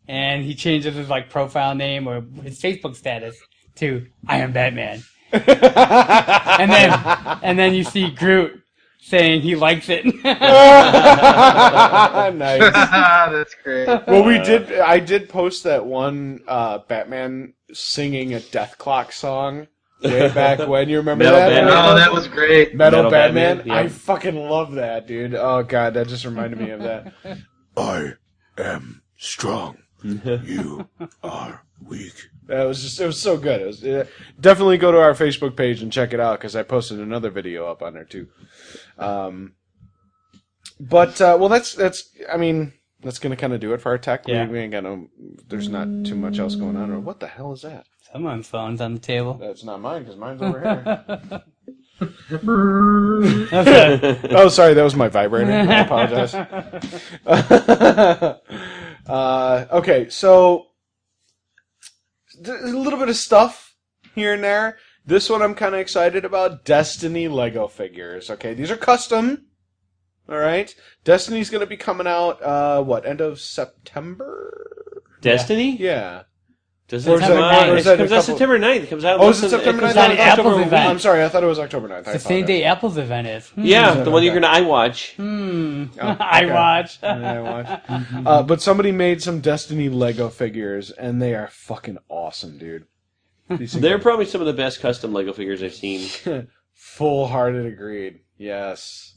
and he changed his like profile name or his Facebook status to "I am Batman," and then and then you see Groot saying he likes it. nice. That's great. Well, we did. I did post that one uh, Batman singing a Death Clock song way back when. You remember Metal that? Batman. Oh, that was great. Metal, Metal Batman. Batman, yeah. I fucking love that, dude. Oh god, that just reminded me of that. I am strong. You are weak. That was just. It was so good. It was, yeah. Definitely go to our Facebook page and check it out because I posted another video up on there too. Um, but uh, well, that's that's. I mean, that's gonna kind of do it for our tech. Yeah. We, we ain't got no. There's not too much else going on. Or what the hell is that? Someone's phone's on the table. That's not mine because mine's over here. That's a- oh, sorry, that was my vibrator. I apologize. uh, okay, so th- a little bit of stuff here and there. This one I'm kind of excited about: Destiny Lego figures. Okay, these are custom. All right, Destiny's going to be coming out. Uh, what end of September? Destiny? Yeah. Does Or it is come that- out? or It is that comes a out couple- September 9th. It comes out. Oh, is it less than- September comes 9th? out I on thought it was Apple's October- event. I'm sorry, I thought it was October 9th. I it's the same apologize. day Apple's event is. Hmm. Yeah, the one you're gonna iWatch. Hmm. Oh, I okay. watch. I watched. Uh, but somebody made some Destiny Lego figures, and they are fucking awesome, dude. These things They're are probably some of the best custom Lego figures I've seen. full-hearted agreed. Yes,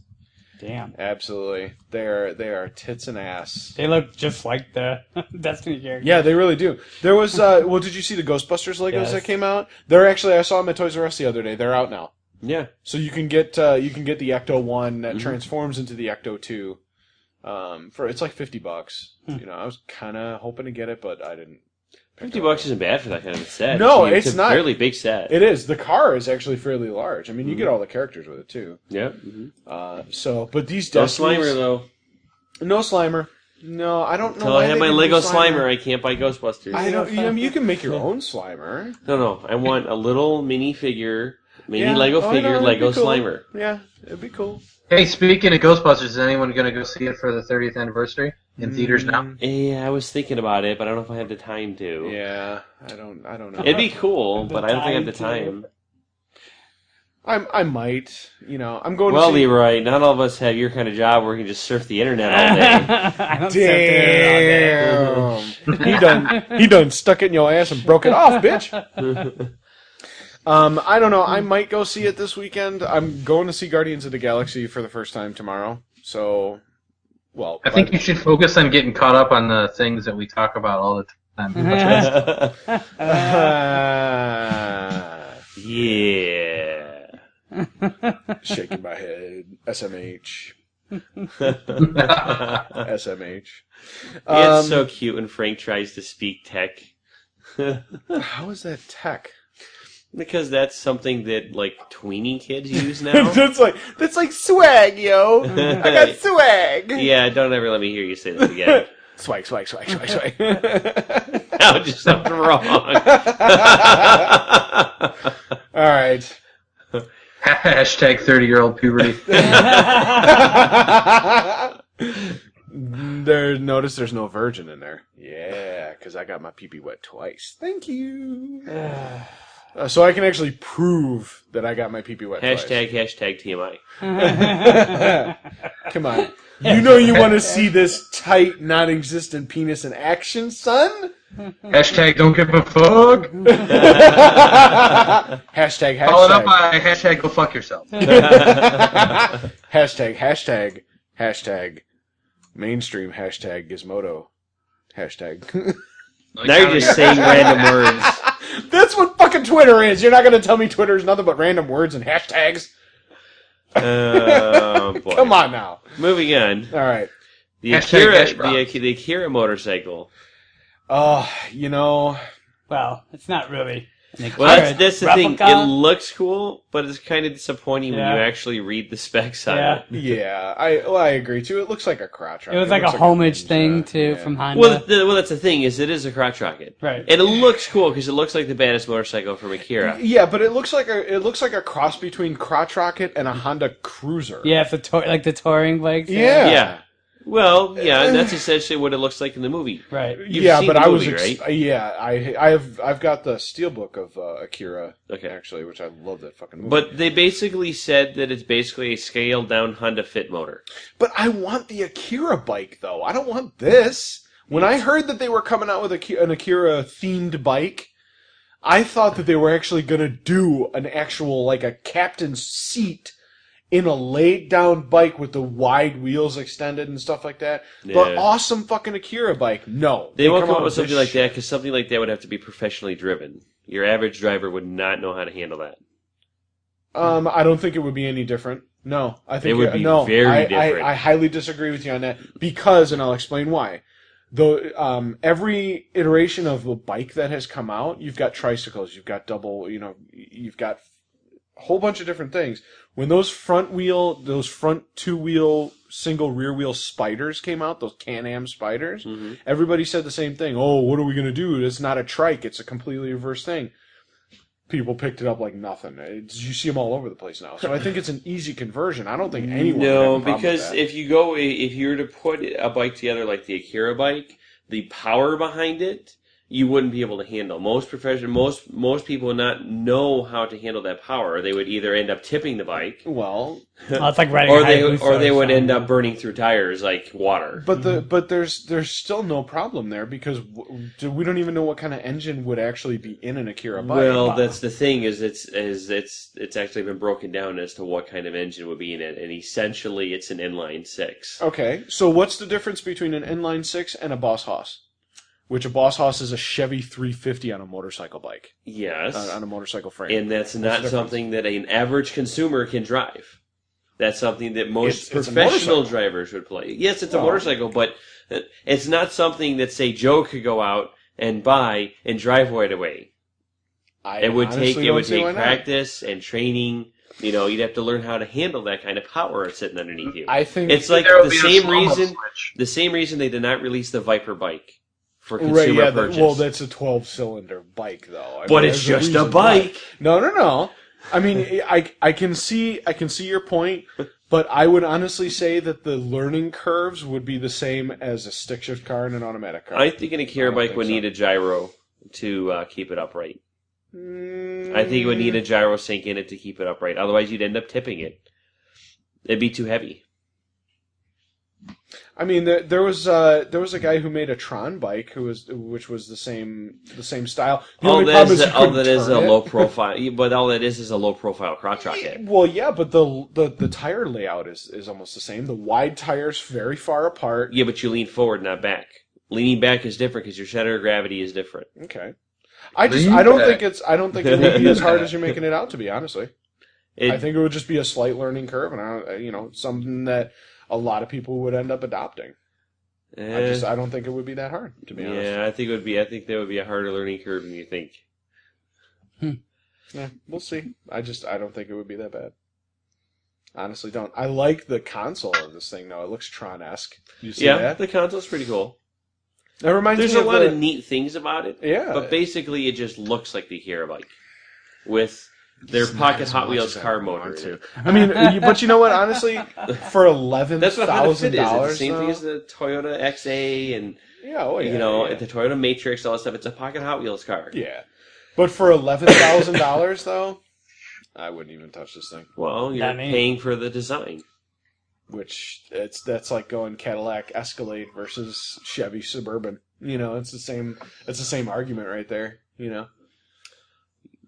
Damn. absolutely. They are they are tits and ass. They look just like the Destiny character. Yeah, they really do. There was uh, well, did you see the Ghostbusters Legos Yes. that came out? They're actually I saw them at Toys R Us the other day. They're out now, Yeah, so you can get uh, you can get the Ecto one that transforms into the Ecto two. Um, for it's like fifty bucks. Hmm. You know, I was kind of hoping to get it, but I didn't. fifty bucks isn't bad for that kind of a set. No, I mean, it's a not. Fairly big set. It is. The car is actually fairly large. I mean, you Mm-hmm. get all the characters with it too. Yep. Uh, so, but these No Destinies- Mm-hmm. Slimer though. No Slimer. No, I don't know. Until why I have they my didn't Lego do Slimer, I can't buy Ghostbusters. I don't. You, know, you can make your own Slimer. No, no. I want a little mini figure, mini Yeah. Lego Oh, I know, figure, it'd Lego be cool. Slimer. Yeah, it'd be cool. Hey, speaking of Ghostbusters, is anyone going to go see it for the 30th anniversary in theaters now? Yeah, I was thinking about it, but I don't know if I have the time to. Yeah, I don't. I don't know. It'd be cool, The but I don't think I have the time to. time. I'm. I might. You know, I'm going Well, to. see... Leroy, not all of us have your kind of job where we can just surf the internet all day. I don't Damn. he done. He done stuck it in your ass and broke it off, bitch. Um, I don't know. I might go see it this weekend. I'm going to see Guardians of the Galaxy for the first time tomorrow. So, well, I think you should focus on getting caught up on the things that we talk about all the time. Uh, yeah. shaking my head. SMH. SMH. Um, it's so cute when Frank tries to speak tech. How is that tech? Because that's something that like tweenie kids use now. that's like that's like swag, yo. I got swag. yeah, don't ever let me hear you say that again. Swag, swag, swag, swag, swag. Now just something wrong. All right. Hashtag 30 year old puberty. there, notice there's no virgin in there. Yeah, because I got my pee pee wet twice. Thank you. Uh, so I can actually prove that I got my pee pee wet. twice. hashtag hashtag TMI. Come on. You know you want to see this tight, non-existent penis in action, son. hashtag don't give a fuck. Hashtag Followed hashtag up by hashtag go fuck yourself. hashtag hashtag hashtag mainstream hashtag Gizmodo hashtag. Like, Now I you're don't just know. saying random words. That's what fucking Twitter is. You're not gonna tell me Twitter is nothing but random words and hashtags. Oh, boy. Come on now. Moving on. All right. The Hashtag Akira, hash brown. the, Ak- the Akira motorcycle. Uh, you know, Well, it's not really. an Well, that's, Akira that's the thing. replica. It looks cool, but it's kind of disappointing Yeah. when you actually read the specs on Yeah. it. yeah, I well, I agree too. It looks like a crotch. It was like a looks homage ninja. thing to Yeah. from Honda. Well, the, well, that's the thing is it is a crotch rocket, Right. And it looks cool because it looks like the baddest motorcycle from Akira. Yeah, but it looks like a it looks like a cross between crotch rocket and a Honda Cruiser. yeah, for tour, like the touring bikes. Yeah. Yeah. Well, yeah, and that's essentially what it looks like in the movie. Right. You've yeah, seen but the I was movie, ex- yeah, I I've I've got the steelbook of uh, Akira Okay. actually, which I love that fucking movie. But they basically said that it's basically a scaled down Honda Fit motor. but I want the Akira bike though. I don't want this. When I heard that they were coming out with a, an Akira themed bike, I thought that they were actually going to do an actual like a captain's seat in a laid down bike with the wide wheels extended and stuff like that. But Yeah. awesome fucking Akira bike. No. They, won't come up with this something like shit. that because something like that would have to be professionally driven. Your average driver would not know how to handle that. Um, I don't think it would be any different. No, I think It would uh, be no, very I, different. I, I highly disagree with you on that because, and I'll explain why. Though um, every iteration of a bike that has come out, you've got tricycles, you've got double, you know, you've got a whole bunch of different things. When those front wheel, those front two wheel, single rear wheel spiders came out, those Can-Am spiders, Mm-hmm. everybody said the same thing. Oh, what are we gonna do? It's not a trike; it's a completely reverse thing people picked it up like nothing. It's, you see them all over the place now. So I think it's an easy conversion. I don't think anyone. would have a No, problem with because that. if you go, if you were to put a bike together like the Akira bike, the power behind it, you wouldn't be able to handle. Most profession, most most people would not know how to handle that power. They would either end up tipping the bike, well, Well, it's like riding or they Hayabusa or they would something. end up burning through tires like water. but the but there's there's still no problem there because w- do- we don't even know what kind of engine would actually be in an Akira bike. Well, that's the thing is it's is it's it's actually been broken down as to what kind of engine would be in it, and essentially it's an inline six. okay. So what's the difference between an inline six and a Boss Hoss? Which a Boss Hoss is a Chevy 350 on a motorcycle bike, uh, Yes, on, on a motorcycle frame. and that's not difference. something that an average consumer can drive. That's something that most It's- it's a professional motorcycle. drivers would play. Yes, it's a Well- motorcycle, but it's not something that say Joe could go out and buy and drive right away. I It would honestly take it don't would see why take not. practice and training. You know, you'd have to learn how to handle that kind of power sitting underneath you. I think it's like There the will be a same slow-mo reason switch. the same reason they did not release the Viper bike for consumer Right, yeah. that- purchase. well, that's a 12 cylinder bike, though. I But mean, it's there's just a reason why. bike. No, no, no. I mean, I, I can see I can see your point, but I would honestly say that the learning curves would be the same as a stick shift car and an automatic car. I think an Akira don't bike think would so. need a gyro to uh, keep it upright. I think it would Mm. need a gyro sink in it to keep it upright. Otherwise, you'd end up tipping it. It'd be too heavy. I mean, there, there was uh, there was a guy who made a Tron bike who was which was the same the same style. The all only Oh, that problem is, is he all couldn't that is a turn it. low profile, but all that is is a low profile crotch rocket. Well, yeah, but the the, the tire layout is, is almost the same. The wide tires very far apart. Yeah, but you lean forward, not back. Leaning back is different because your center of gravity is different. Okay. I just Lean I don't back. think it's I don't think it would be as hard back. as you're making it out to be honestly. It, I think it would just be a slight learning curve and I don't- you know something that a lot of people would end up adopting. I eh. just I don't think it would be that hard to be honest. Yeah, I think it would be. I think that would be a harder learning curve than you think. Yeah, we'll see. I just I don't think it would be that bad. Honestly, don't. I like the console of this thing though. It looks Tron-esque. You see yeah, that? the console's pretty cool. That reminds There's me a lot the, of neat things about it, yeah. but basically, it just looks like the Hero bike with their pocket Hot Wheels car motor. in it. I mean, you- but you know what? Honestly, for eleven That's what Honda thousand Fit is. It's the dollars, same thing as the Toyota XA and yeah, oh, yeah, you know yeah. the Toyota Matrix, all that stuff. It's a pocket Hot Wheels car. Yeah. But for eleven thousand dollars though, I wouldn't even touch this thing. Well, you're Not me. paying for the design. Which it's that's like going Cadillac Escalade versus Chevy Suburban. You know, it's the same it's the same argument right there, you know.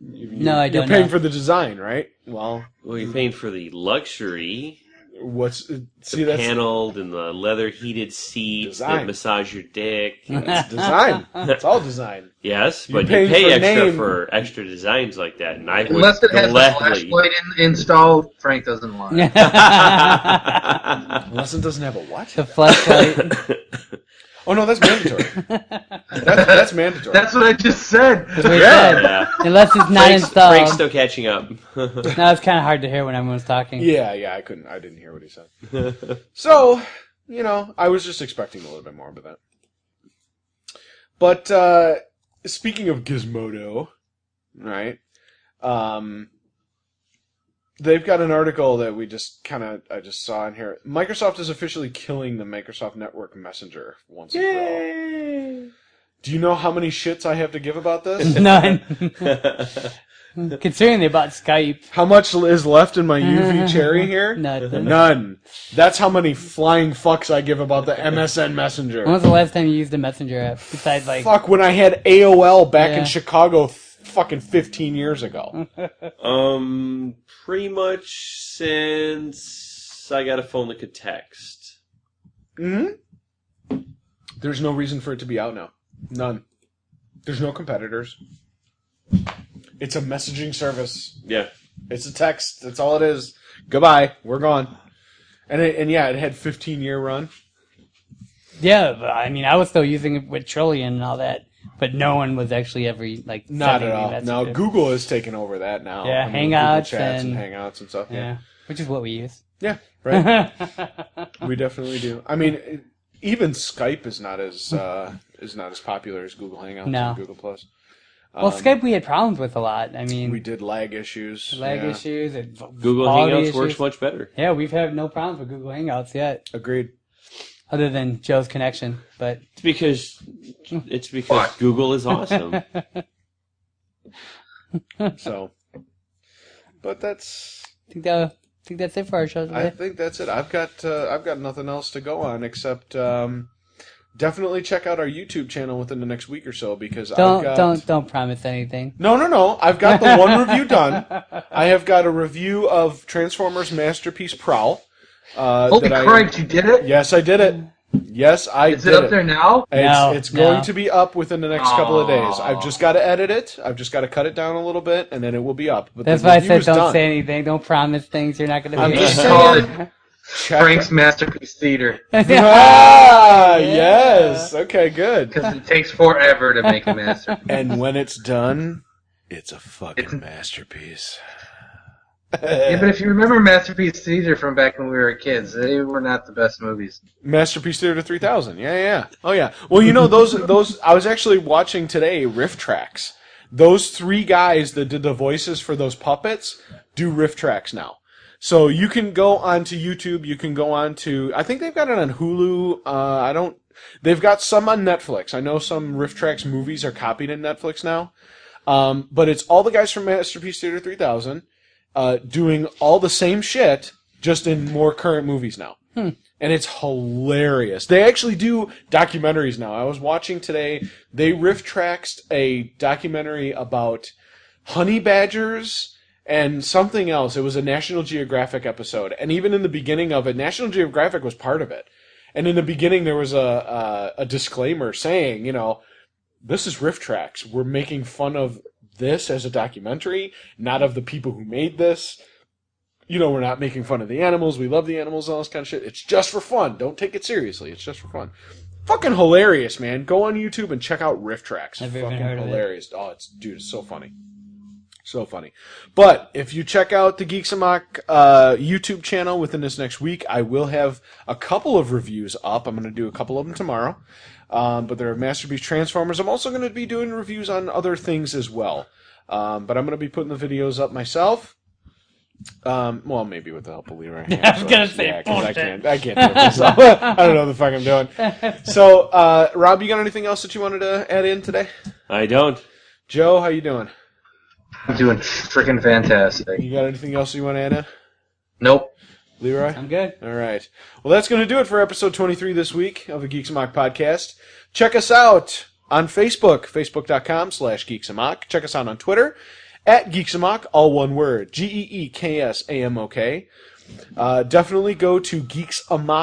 You- No, I You're don't paying know. for the design, right? Well, Well, you're paying for the luxury. What's see the that's paneled and the leather heated seats Design. that massage your dick. it's design. it's all design. yes, You're but paying you pay for extra name. for extra designs like that, and I would Unless it has a gladly. flashlight in, installed, Frank doesn't lie. Unless it doesn't have a what? the flashlight. Oh no, that's mandatory. that's that's mandatory. That's what I just said. yeah. Unless it's not Frank's, installed. Frank's still catching up. Now it's kind of hard to hear when everyone's talking. yeah, yeah. I couldn't. I didn't hear what he said. so, you know, I was just expecting a little bit more, but that. But uh, speaking of Gizmodo, right? Um, they've got an article that we just kind of I just saw in here. Microsoft is officially killing the Microsoft Network Messenger once and for all. Do you know how many shits I have to give about this? None. Considering they bought Skype, How much is left in my UV cherry here? Nothing. None. That's how many flying fucks I give about the MSN when Messenger. was the last time you used a messenger app besides like Fuck, when I had AOL back Yeah. in Chicago f- fucking 15 years ago. um, pretty much since I got a phone that could text. There's no reason for it to be out now. None. There's no competitors. It's a messaging service. Yeah. It's a text. That's all it is. Goodbye. We're gone. And it, and yeah, it had 15 year run. yeah? But, I mean, I was still using it with Trillion and all that, but no one was actually ever like Not sending at me all. Now Messenger. Google has taken over that now. Yeah, Google Hangouts chats and, and- hangouts and stuff. yeah. which is what we use. Yeah, right. we definitely do. I mean, it- even Skype is not as uh, is not as popular as Google Hangouts No. and Google Plus. Well, Skype we had problems with a lot. I mean, We did lag issues. lag yeah. issues and Google quality Hangouts issues. works much better. Yeah, we've had no problems with Google Hangouts yet, Agreed. other than Joe's connection. But It's because it's because Google is awesome. So, but that's. I think that I think that's it for our show today. I think that's it. I've got uh, I've got nothing else to go on except um, definitely check out our YouTube channel within the next week or so because don't I've got, don't don't promise anything. No, no, no. I've got the one review done. I have got a review of Transformers Masterpiece Prowl. Uh, Holy that I- Christ, you did it? Yes, I did it. Yes, I Is did it up there now? It's, No, it's going no. to be up within the next couple of days. Aw. I've just got to edit it. I've just got to cut it down a little bit, and then it will be up. But That's the why I review said is don't done. say anything. Don't promise things you're not going to I'm be. just It's saying. called Check- Frank's Masterpiece Theater Ah, yes. Okay, good. because it takes forever to make a masterpiece. And when it's done, It's a fucking masterpiece. Yeah, but if you remember Masterpiece Theater from back when we were kids, they were not the best movies. Masterpiece Theater 3000. Yeah, yeah, yeah. Oh yeah. Well, you know those those I was actually watching today riff tracks. Those three guys that did the voices for those puppets do riff tracks now. So you can go onto YouTube, you can go on to I think they've got it on Hulu. Uh I don't they've got some on Netflix. I know some riff tracks movies are copied in Netflix now. Um but it's all the guys from Masterpiece Theater 3000 uh doing all the same shit just in more current movies now and it's hilarious. They actually do documentaries now. I was watching today. They riff tracked a documentary about honey badgers and something else. It was a National Geographic episode, and even in the beginning of it, National Geographic was part of it. And in the beginning, there was a a, a disclaimer saying, you know, this is riff tracks. We're making fun of this as a documentary, not of the people who made this you know, we're not making fun of the animals. We love the animals, all this kind of shit. It's just for fun. Don't take it seriously. It's just for fun. Fucking hilarious, man. Go on YouTube and check out Riff Tracks. Never even Fucking heard of it. hilarious. Oh, it's dude, it's so funny. So funny. But if you check out the Geeks and Mock uh, YouTube channel within this next week, I will have a couple of reviews up. I'm going to do a couple of them tomorrow. Um, but there are Masterpiece Transformers. I'm also going to be doing reviews on other things as well. Um, but I'm going to be putting the videos up myself. Um, well, maybe with the help of Leroy. I was gonna say yeah, 'cause I bullshit. can't. I can't do it myself. I don't know what the fuck I'm doing. So, uh, Rob, you got anything else that you wanted to add in today? I don't. Joe, how you doing? I'm doing freaking fantastic. You got anything else you want to add in? Nope. Leroy? I'm good. All right. Well, that's going to do it for episode 23 this week of the Geeks and Mock podcast. Check us out on Facebook, facebook.com slash Geeks and Mock. Check E us out on Twitter, at Geeks and Mock, all one word, G-E-E-K-S-A-M-O-K. uh, definitely go to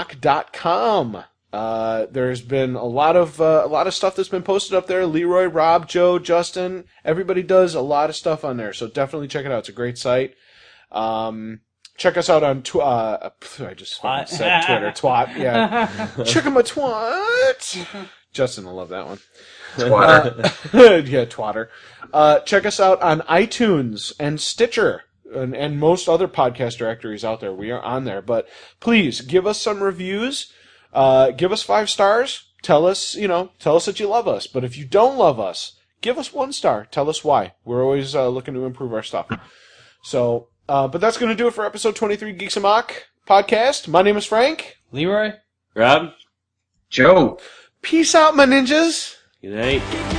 geeksamok.com. Uh, there's been a lot of uh, a lot of stuff that's been posted up there. Leroy, Rob, Joe, Justin, everybody does a lot of stuff on there. So definitely check it out. It's a great site. Um, check us out on tw- uh, I just Twat. said Twitter twat. Yeah, check 'em a twat. Justin will love that one. Twatter. yeah, twatter. Uh, check us out on iTunes and Stitcher and, and most other podcast directories out there. We are on there, but please give us some reviews. Uh, give us five stars. Tell us, you know, tell us that you love us. But if you don't love us, give us one star. Tell us why. We're always uh, looking to improve our stuff. So, uh, but that's going to do it for episode 23 Geeks and Mock podcast. My name is Frank. Leroy? Rob, Joe. Peace out, my ninjas. good night.